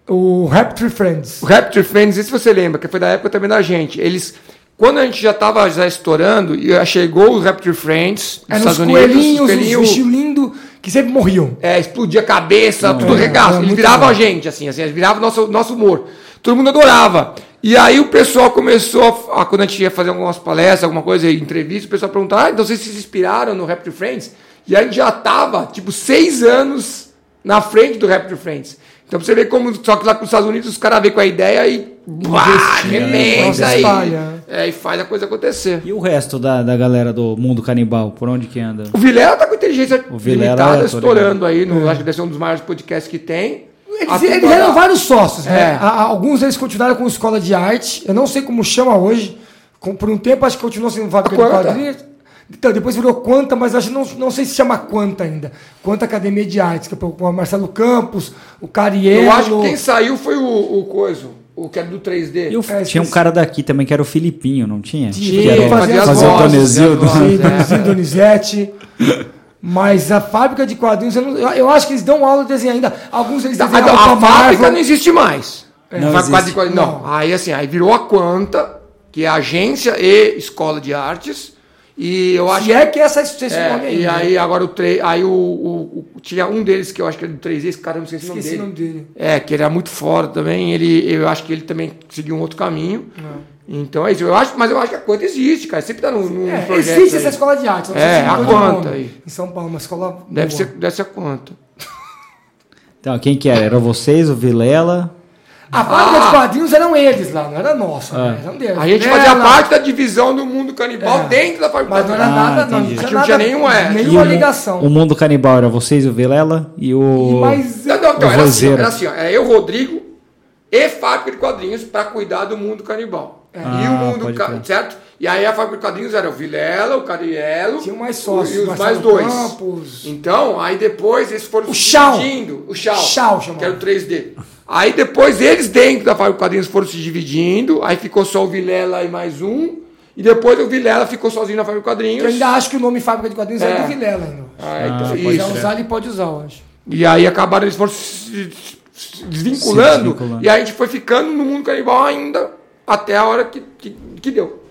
B: O Rap Three Friends.
C: O Raptor Friends, não sei se você lembra, que foi da época também da gente. Eles. Quando a gente já tava já estourando, e já chegou o Raptor Friends
B: É
C: nos
B: nos
C: Estados Unidos,
B: coelhinhos, os
C: coelhinhos,
B: bichinhos lindos que sempre morriam.
C: É, explodia a cabeça, tudo
B: é,
C: regaço.
B: é
C: Eles
B: muito
C: viravam
B: bom.
C: a gente, assim, assim, eles viravam o nosso, nosso humor. Todo mundo adorava. E aí o pessoal começou, a, a- quando a gente ia fazer algumas palestras, alguma coisa, entrevista, o pessoal perguntava, ah, então vocês se inspiraram no Raptor Friends? E a gente já tava, tipo, seis anos na frente do Raptor Friends. Então pra você ver como, só que lá com os Estados Unidos os caras vêm com a ideia e pá,
B: negócio
C: remenda aí.
B: espalha.
C: É, e faz a coisa acontecer.
A: E o resto da, da galera do mundo canibal, por onde que anda?
C: O Vilela tá com inteligência
A: O Vilela,
C: limitada,
A: tô ligado.
C: estourando aí, no, acho que deve ser um dos maiores podcasts que tem.
B: Eles,
C: A
B: eles
C: temporada-
B: eram vários sócios, né?
C: É.
B: A- a- Alguns deles continuaram com escola de arte. Eu não sei como chama hoje. Com- por um tempo acho que continuou sendo fábrica de
C: Quanta.
B: quadrinhos. Então, depois virou Quanta, mas acho que não, não sei se chama Quanta ainda. Quanta Academia de Artes, que é com o Marcelo Campos, o Cariello.
C: Eu acho que quem saiu foi o, o Coiso, o que é do 3D.
A: E o- tinha
B: É,
A: um
B: esqueci.
A: cara daqui também que era o Filipinho, não tinha?
B: Tinha,
A: que era,
B: fazia as
A: fazia o
B: vozes,
A: Tonezildo.
C: fazia as
B: Sim,
C: vozes.
B: Donizinho, Donizete. Mas a fábrica de quadrinhos, eu, não- eu- eu acho que eles dão aula de desenho ainda. Alguns eles
C: a,
B: desenham
C: a
B: pra
C: fábrica
B: Marvel.
C: não existe mais.
A: Não
C: Vai- quase-
A: existe.
C: quase- não. aí assim, aí virou a Quanta, que é agência e escola de artes. E eu acho
B: Se é que essa esse
C: é,
B: nome aí. né?
C: e aí agora o tre... aí o, o- o- tinha um deles que eu acho que era do 3D, esse cara eu não esqueci,
B: Esqueci
C: o nome dele.
B: o nome dele.
C: É, que ele era muito fora também, ele eu acho que ele também seguiu um outro caminho. Então é isso, eu acho, mas eu acho que a Quanta existe, cara, sempre tá num, num
B: É,
C: projeto
B: existe
C: aí.
B: essa escola de arte. eu não
C: É,
B: sei se
C: a
B: mudou de
C: quanta
B: nome.
C: aí.
B: Em São Paulo, uma escola.
C: Deve
B: boa.
C: ser, deve ser a Quanta.
A: Então, quem que era? Era vocês, o Vilela?
B: A fábrica de quadrinhos eram eles lá, não era nossa. né? Eram deles.
C: Ah. A gente
B: Era
C: fazia
B: lá,
C: parte da divisão do mundo canibal
B: É.
C: dentro da fábrica.
B: Mas não era assim.
A: Ah,
B: nada, não.
A: entendi.
B: Não tinha,
C: Acho que não tinha
B: nada-
C: nenhum, é.
A: E
B: Nenhuma
A: o mu-
B: ligação.
A: O mundo canibal era vocês, o Vilela e o.
B: E mais.
C: Não, não, então,
A: O
C: era assim, ó,
A: vozeiro.
C: era assim, ó, era eu, Rodrigo, e Fábrica de Quadrinhos para cuidar do mundo canibal.
B: É.
C: e
A: Ah,
C: o mundo,
A: pode
C: ca-
A: crer.
C: certo? E aí a Fábrica de Quadrinhos era o Vilela, o Cariello.
B: Tinha mais sócios,
C: E os
B: Marcelo
C: mais dois.
B: Campos.
C: Então, aí depois eles foram
B: O
C: se
B: Chau.
C: dividindo. O Chau.
B: Chau chamava.
C: que era o 3D. Aí depois eles dentro da Fábrica de Quadrinhos foram se dividindo. Aí ficou só o Vilela e mais um. E depois o Vilela ficou sozinho na Fábrica de Quadrinhos.
B: Eu ainda acho que o nome fábrica de quadrinhos é,
C: É.
B: do Vilela ainda.
C: Ah, então,
A: Ah, pode
B: Se quiser
C: isso.
B: usar, ele pode usar, eu acho.
C: E aí acabaram, eles foram se se desvinculando,
A: Se desvinculando.
C: e a gente foi ficando no mundo canibal ainda, até a hora que, que, que deu.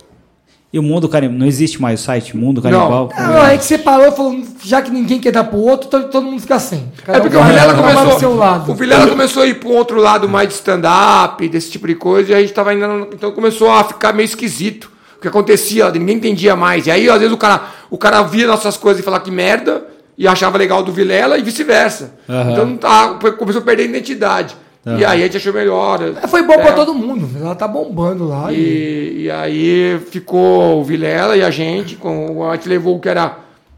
A: E o mundo canibal. Não existe mais o site Mundo Canibal?
C: É.
B: Não, é a gente separou e falou, já que ninguém quer dar pro outro, tá, todo, todo mundo fica sem. Cada
C: É
B: um
C: porque o
B: vai
C: Vilela
B: trabalhar pro
C: começou.
B: seu lado.
C: O Vilela começou a ir para um outro lado mais de stand-up, desse tipo de coisa, e a gente tava ainda. no- Então começou a ficar meio esquisito. O que acontecia, ninguém entendia mais. E aí, às vezes, o cara, o cara via nossas coisas e falava que merda, e achava legal do Vilela e vice-versa.
A: Aham.
C: Então não tá, começou a perder a identidade. E aí a gente achou melhor.
B: É, Foi bom
C: É.
B: pra todo mundo. Ela tá bombando lá. E...
C: E, e aí ficou o Vilela e a gente, com, a gente levou o que era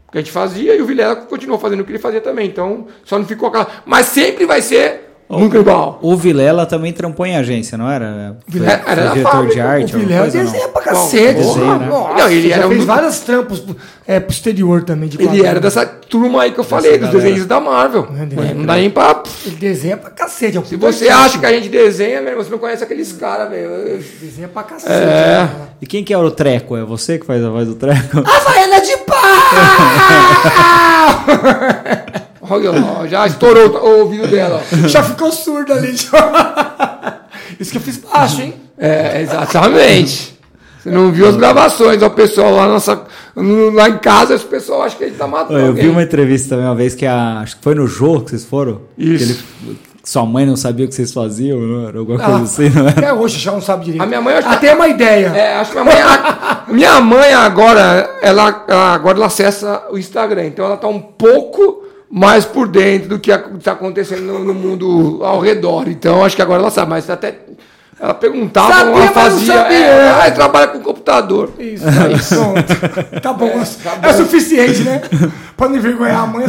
C: o que a gente fazia e o Vilela continuou fazendo o que ele fazia também. Então, só não ficou aquela. Mas sempre vai ser nunca igual.
A: O Vilela também trampou em agência, não era? Foi,
C: Vilela era
A: foi
C: da
A: diretor de
C: fábrica,
B: O
A: arte. alguma
B: Vilela é
A: coisa, não?
B: desenha pra cacete.
C: Bom,
A: desenho, né?
B: Nossa,
C: Não, ele
B: já
C: era
B: fez
C: um-
B: vários trampos é, pro exterior também de
C: Ele
B: quadrinho.
C: era dessa turma aí que eu falei, dos
A: galera.
C: desenhos da Marvel.
B: Entendi.
C: Não dá nem pra.
B: Ele desenha pra cacete. É um
C: Se você acha que a gente desenha, mesmo, você não conhece aqueles caras, velho.
B: Desenha pra cacete. É.
A: E quem que era o Treco? É você que faz a voz do Treco?
B: Havaiana de pau!
C: Olha lá, já estourou o ouvido dela. ó.
B: já ficou surdo ali. Isso que eu fiz baixo, hein?
C: É, exatamente. Você não viu as gravações, ó, o pessoal lá, nossa, no- lá em casa, o pessoal acha que ele tá matando.
A: Ô, Eu vi
C: alguém.
A: uma entrevista também uma vez que a. Acho que foi no jogo que vocês foram.
C: Isso.
A: Que ele Sua mãe não sabia o que vocês faziam, não era alguma
B: Ah,
A: coisa assim, não era?
B: até hoje já não sabe direito.
C: A minha mãe, eu acho que-
B: Até uma ideia.
C: É, acho que minha mãe, a- minha mãe agora, ela, ela- agora ela acessa o Instagram, então ela tá um pouco mais por dentro do que está acontecendo no, no mundo ao redor. Então acho que agora ela sabe, mas até ela perguntava,
B: Sabia,
C: ela
B: mas não
C: fazia,
B: sabia.
C: é, ah, trabalha com computador.
B: Isso, é isso. Pronto. Tá bom. É, é suficiente, né? Pra não envergonhar a mãe é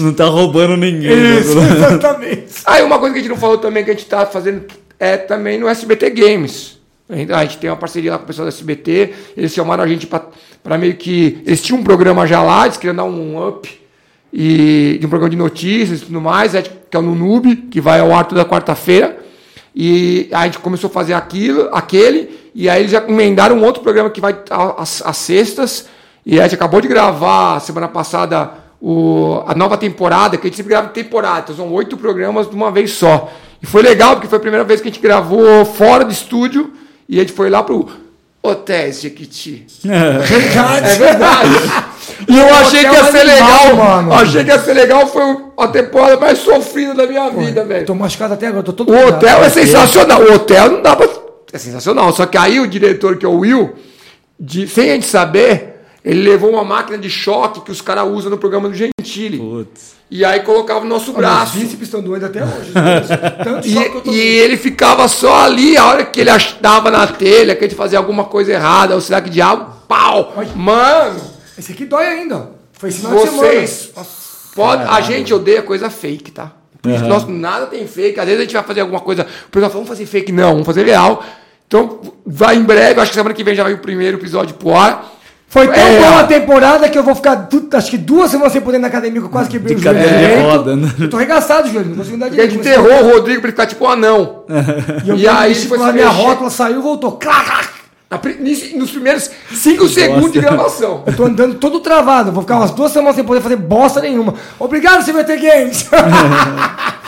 A: Não tá roubando ninguém. né?
B: Isso, exatamente.
C: Aí uma coisa que a gente não falou também que a gente tá fazendo é também no SBT Games. A gente- A gente tem uma parceria lá com o pessoal do SBT, eles chamaram a gente para meio que. Eles tinham um programa já lá, eles queriam dar um up e, de um programa de notícias e tudo mais, é, que é o Nunube, que vai ao ar toda quarta-feira. E a gente começou a fazer aquilo, aquele, e aí eles já emendaram um outro programa que vai a- às às sextas. E a gente acabou de gravar semana passada o, a nova temporada, que a gente sempre grava temporada, então são oito programas de uma vez só. E foi legal, porque foi a primeira vez que a gente gravou fora do estúdio e a gente foi lá pro Hotéis Jequiti.
B: Verdade.
C: É verdade. E eu achei que ia ser
B: animal,
C: legal,
B: mano.
C: Achei que ia ser legal, foi a temporada mais sofrida da minha vida, velho.
B: Tô machucado até agora, tô todo
C: O
B: cuidado.
C: hotel é sensacional. O hotel não dá pra. É sensacional. Só que aí o diretor, que é o Will, de- sem a gente saber, ele levou uma máquina de choque que os caras usam no programa do Gentili.
A: Putz.
C: E aí colocava o nosso
B: Meus
C: braço.
B: bíceps estão doendo até hoje. né? Tanto choque é que eu
C: E,
B: tô
C: e ele ficava só ali, a hora que ele ach- dava na telha, que a gente fazia alguma coisa errada, ou será que diabo, pau! Mano,
B: Esse aqui dói ainda. ó. Foi esse final de semana.
C: vocês. Pode, a gente odeia coisa fake, tá? Por isso,
A: Aham.
C: nós- nada tem fake. Às vezes a gente vai fazer alguma coisa. O pessoal fala, vamos fazer fake, não, vamos fazer real. Então, vai em breve, acho que semana que vem já vai o primeiro episódio pro ar.
B: Foi tão
C: É.
B: boa a temporada que eu vou ficar, du- acho que duas semanas sem poder ir na academia, que eu
C: Hum,
B: quase quebrei o joelho.
A: cadeira de
B: direito.
A: roda, né?
B: Eu tô arregaçado, Júlio, não consigo andar
C: Porque a
B: direito.
C: gente
B: comecei-
C: enterrou o Rodrigo pra ele ficar tipo um anão.
B: E, eu
C: E
B: fui
C: aí
B: mexer
C: ele foi
B: com
C: se
B: a minha
C: mexer.
B: rótula saiu e voltou. Clac, clac.
C: Na pri- nisso- Nos primeiros 5 segundos de gravação.
B: Eu tô andando todo travado, vou ficar umas duas semanas sem poder fazer bosta nenhuma. Obrigado, CBT Games!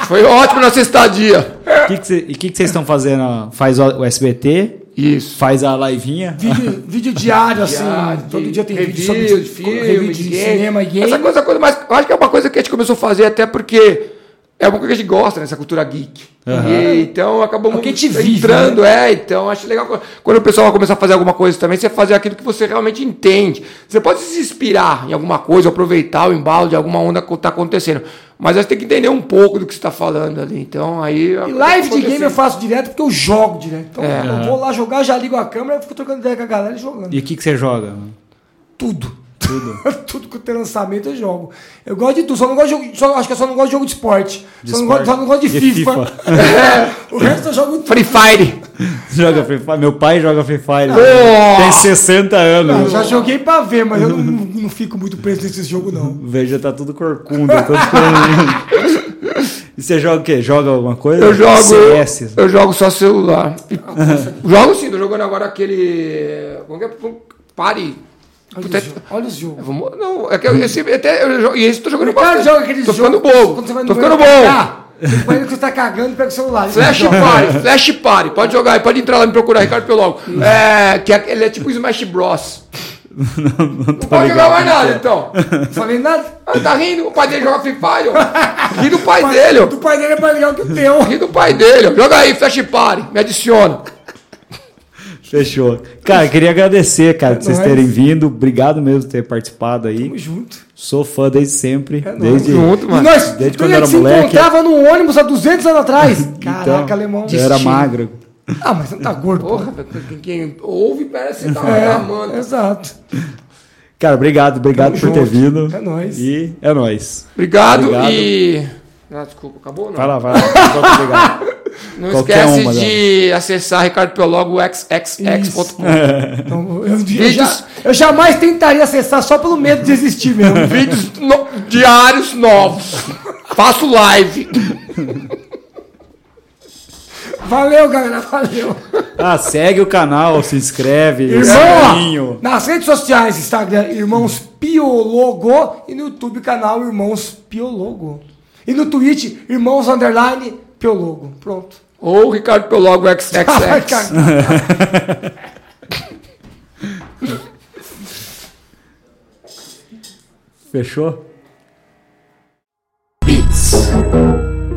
C: Foi ótimo nossa estadia.
A: Que que cê- E o que que vocês estão fazendo? Faz o o SBT,
C: Isso.
A: faz a livinha.
B: vídeo, vídeo diário, assim.
C: Diário,
B: todo dia tem
C: review,
B: vídeo sobre
C: de
B: review
C: filme,
B: de
C: de game.
B: cinema e game.
C: Essa coisa, coisa mais, eu acho que é uma coisa que a gente começou a fazer até porque é uma coisa que a gente gosta nessa cultura geek. E, então acabou
B: É o que a gente vive, né?
C: entrando, é, então acho legal quando- quando o pessoal vai começar a fazer alguma coisa também, você fazer aquilo que você realmente entende. Você pode se inspirar em alguma coisa, aproveitar o embalo de alguma onda que está acontecendo, mas você tem que entender um pouco do que você está falando ali. Então aí
B: E live de game eu faço direto porque eu jogo direto. Então
C: É.
B: eu vou lá jogar, já ligo a câmera, fico trocando ideia com a galera e jogando.
A: E o que que você joga? mano?
B: tudo. Tudo. tudo que tem lançamento eu jogo. Eu gosto de tudo, só não gosto de jogo. só- acho que eu só não gosto de jogo de esporte.
A: De
B: só, Não
A: esporte?
B: gosto, só não gosto de,
A: De
B: FIFA.
A: FIFA.
B: É, o resto eu jogo tudo.
C: Free Fire.
A: Joga Free Fire? Meu pai joga Free Fire. né?
C: Nossa!
A: Tem 60
B: Eu
A: anos.
B: já joguei pra ver, mas eu não, não fico muito preso nesse jogo, não.
A: Veja, tá tudo corcunda, todo corcunda. E você joga o quê? Joga alguma coisa?
C: Eu jogo.
A: CS.
C: Eu jogo só celular. E- jogo sim, tô jogando agora aquele. Como que é? Pare.
B: Olha,
C: Puta-
B: os, jo- olha os jogos.
C: Vamos- Não, é que eu, esse, até, eu jogo, e esse eu tô jogando
B: Cara,
C: bastante.
B: é joga aqueles
C: tô ficando
B: jogos.
C: bom.
B: Quando você vai no
C: Tô ficando
B: banheiro
C: bom.
B: cagar, você vai no que você tá cagando, pega o celular.
C: Flash
B: Joga.
C: Party, Flash Party, pode jogar aí, pode entrar lá e me procurar, Ricardo Pelogo.
B: Uhum.
C: É, que é- ele é tipo Smash Bros.
A: Não, não
C: Não
A: tô
C: pode jogar
A: ligado. é.
C: mais nada, então.
B: Não falei nada.
C: Ah, tá rindo, o pai dele joga Free Fire, ó. Ri do pai dele, ó.
B: Do pai dele é mais legal que o teu.
C: Ri do pai dele, ó. Joga aí, Flash Party, me adiciona.
A: Fechou. Cara, queria agradecer, cara, de vocês
B: nóis.
A: terem vindo. Obrigado mesmo por ter participado aí.
B: Tamo junto.
A: Sou fã desde sempre.
B: É nóis.
A: desde então.
C: Junto,
B: E
C: mano.
B: nós,
A: Desde
B: quando
A: quando
B: a
A: era
B: gente se
A: moleque. é-
B: encontrava num ônibus há 200 anos atrás.
A: então,
B: Caraca, alemão.
A: Eu era magro.
B: Ah, mas você não tá gordo, porra.
C: Porra, quem, quem ouve parece que tá
B: É,
C: reclamando.
B: exato.
A: Cara, obrigado, obrigado
B: Tamo
A: por ter
B: junto.
A: vindo.
B: É nóis.
A: E é nóis.
C: Obrigado,
A: Obrigado.
C: e. Ah, desculpa, acabou não.
A: Vai lá, vai lá. Muito obrigado.
C: Não
A: Qualquer
C: esquece
A: uma,
C: de acessar Ricardo Piologo
A: É.
C: xxx.com.
B: Então, eu, eu
C: Vídeos-
B: já- eu jamais tentaria acessar só pelo medo de existir mesmo.
C: Vídeos no- diários novos. Faço live.
B: Valeu, galera, valeu.
A: Ah, segue o canal, se inscreve,
B: Irmão, ó,
A: sininho.
B: nas redes sociais, Instagram, Irmãos Piologo. E no YouTube, canal Irmãos Piologo. E no Twitch, Irmãos Underline Piologo. Pronto.
C: Ou Ricardo Piologo xxx.
A: Fechou?
E: Beats.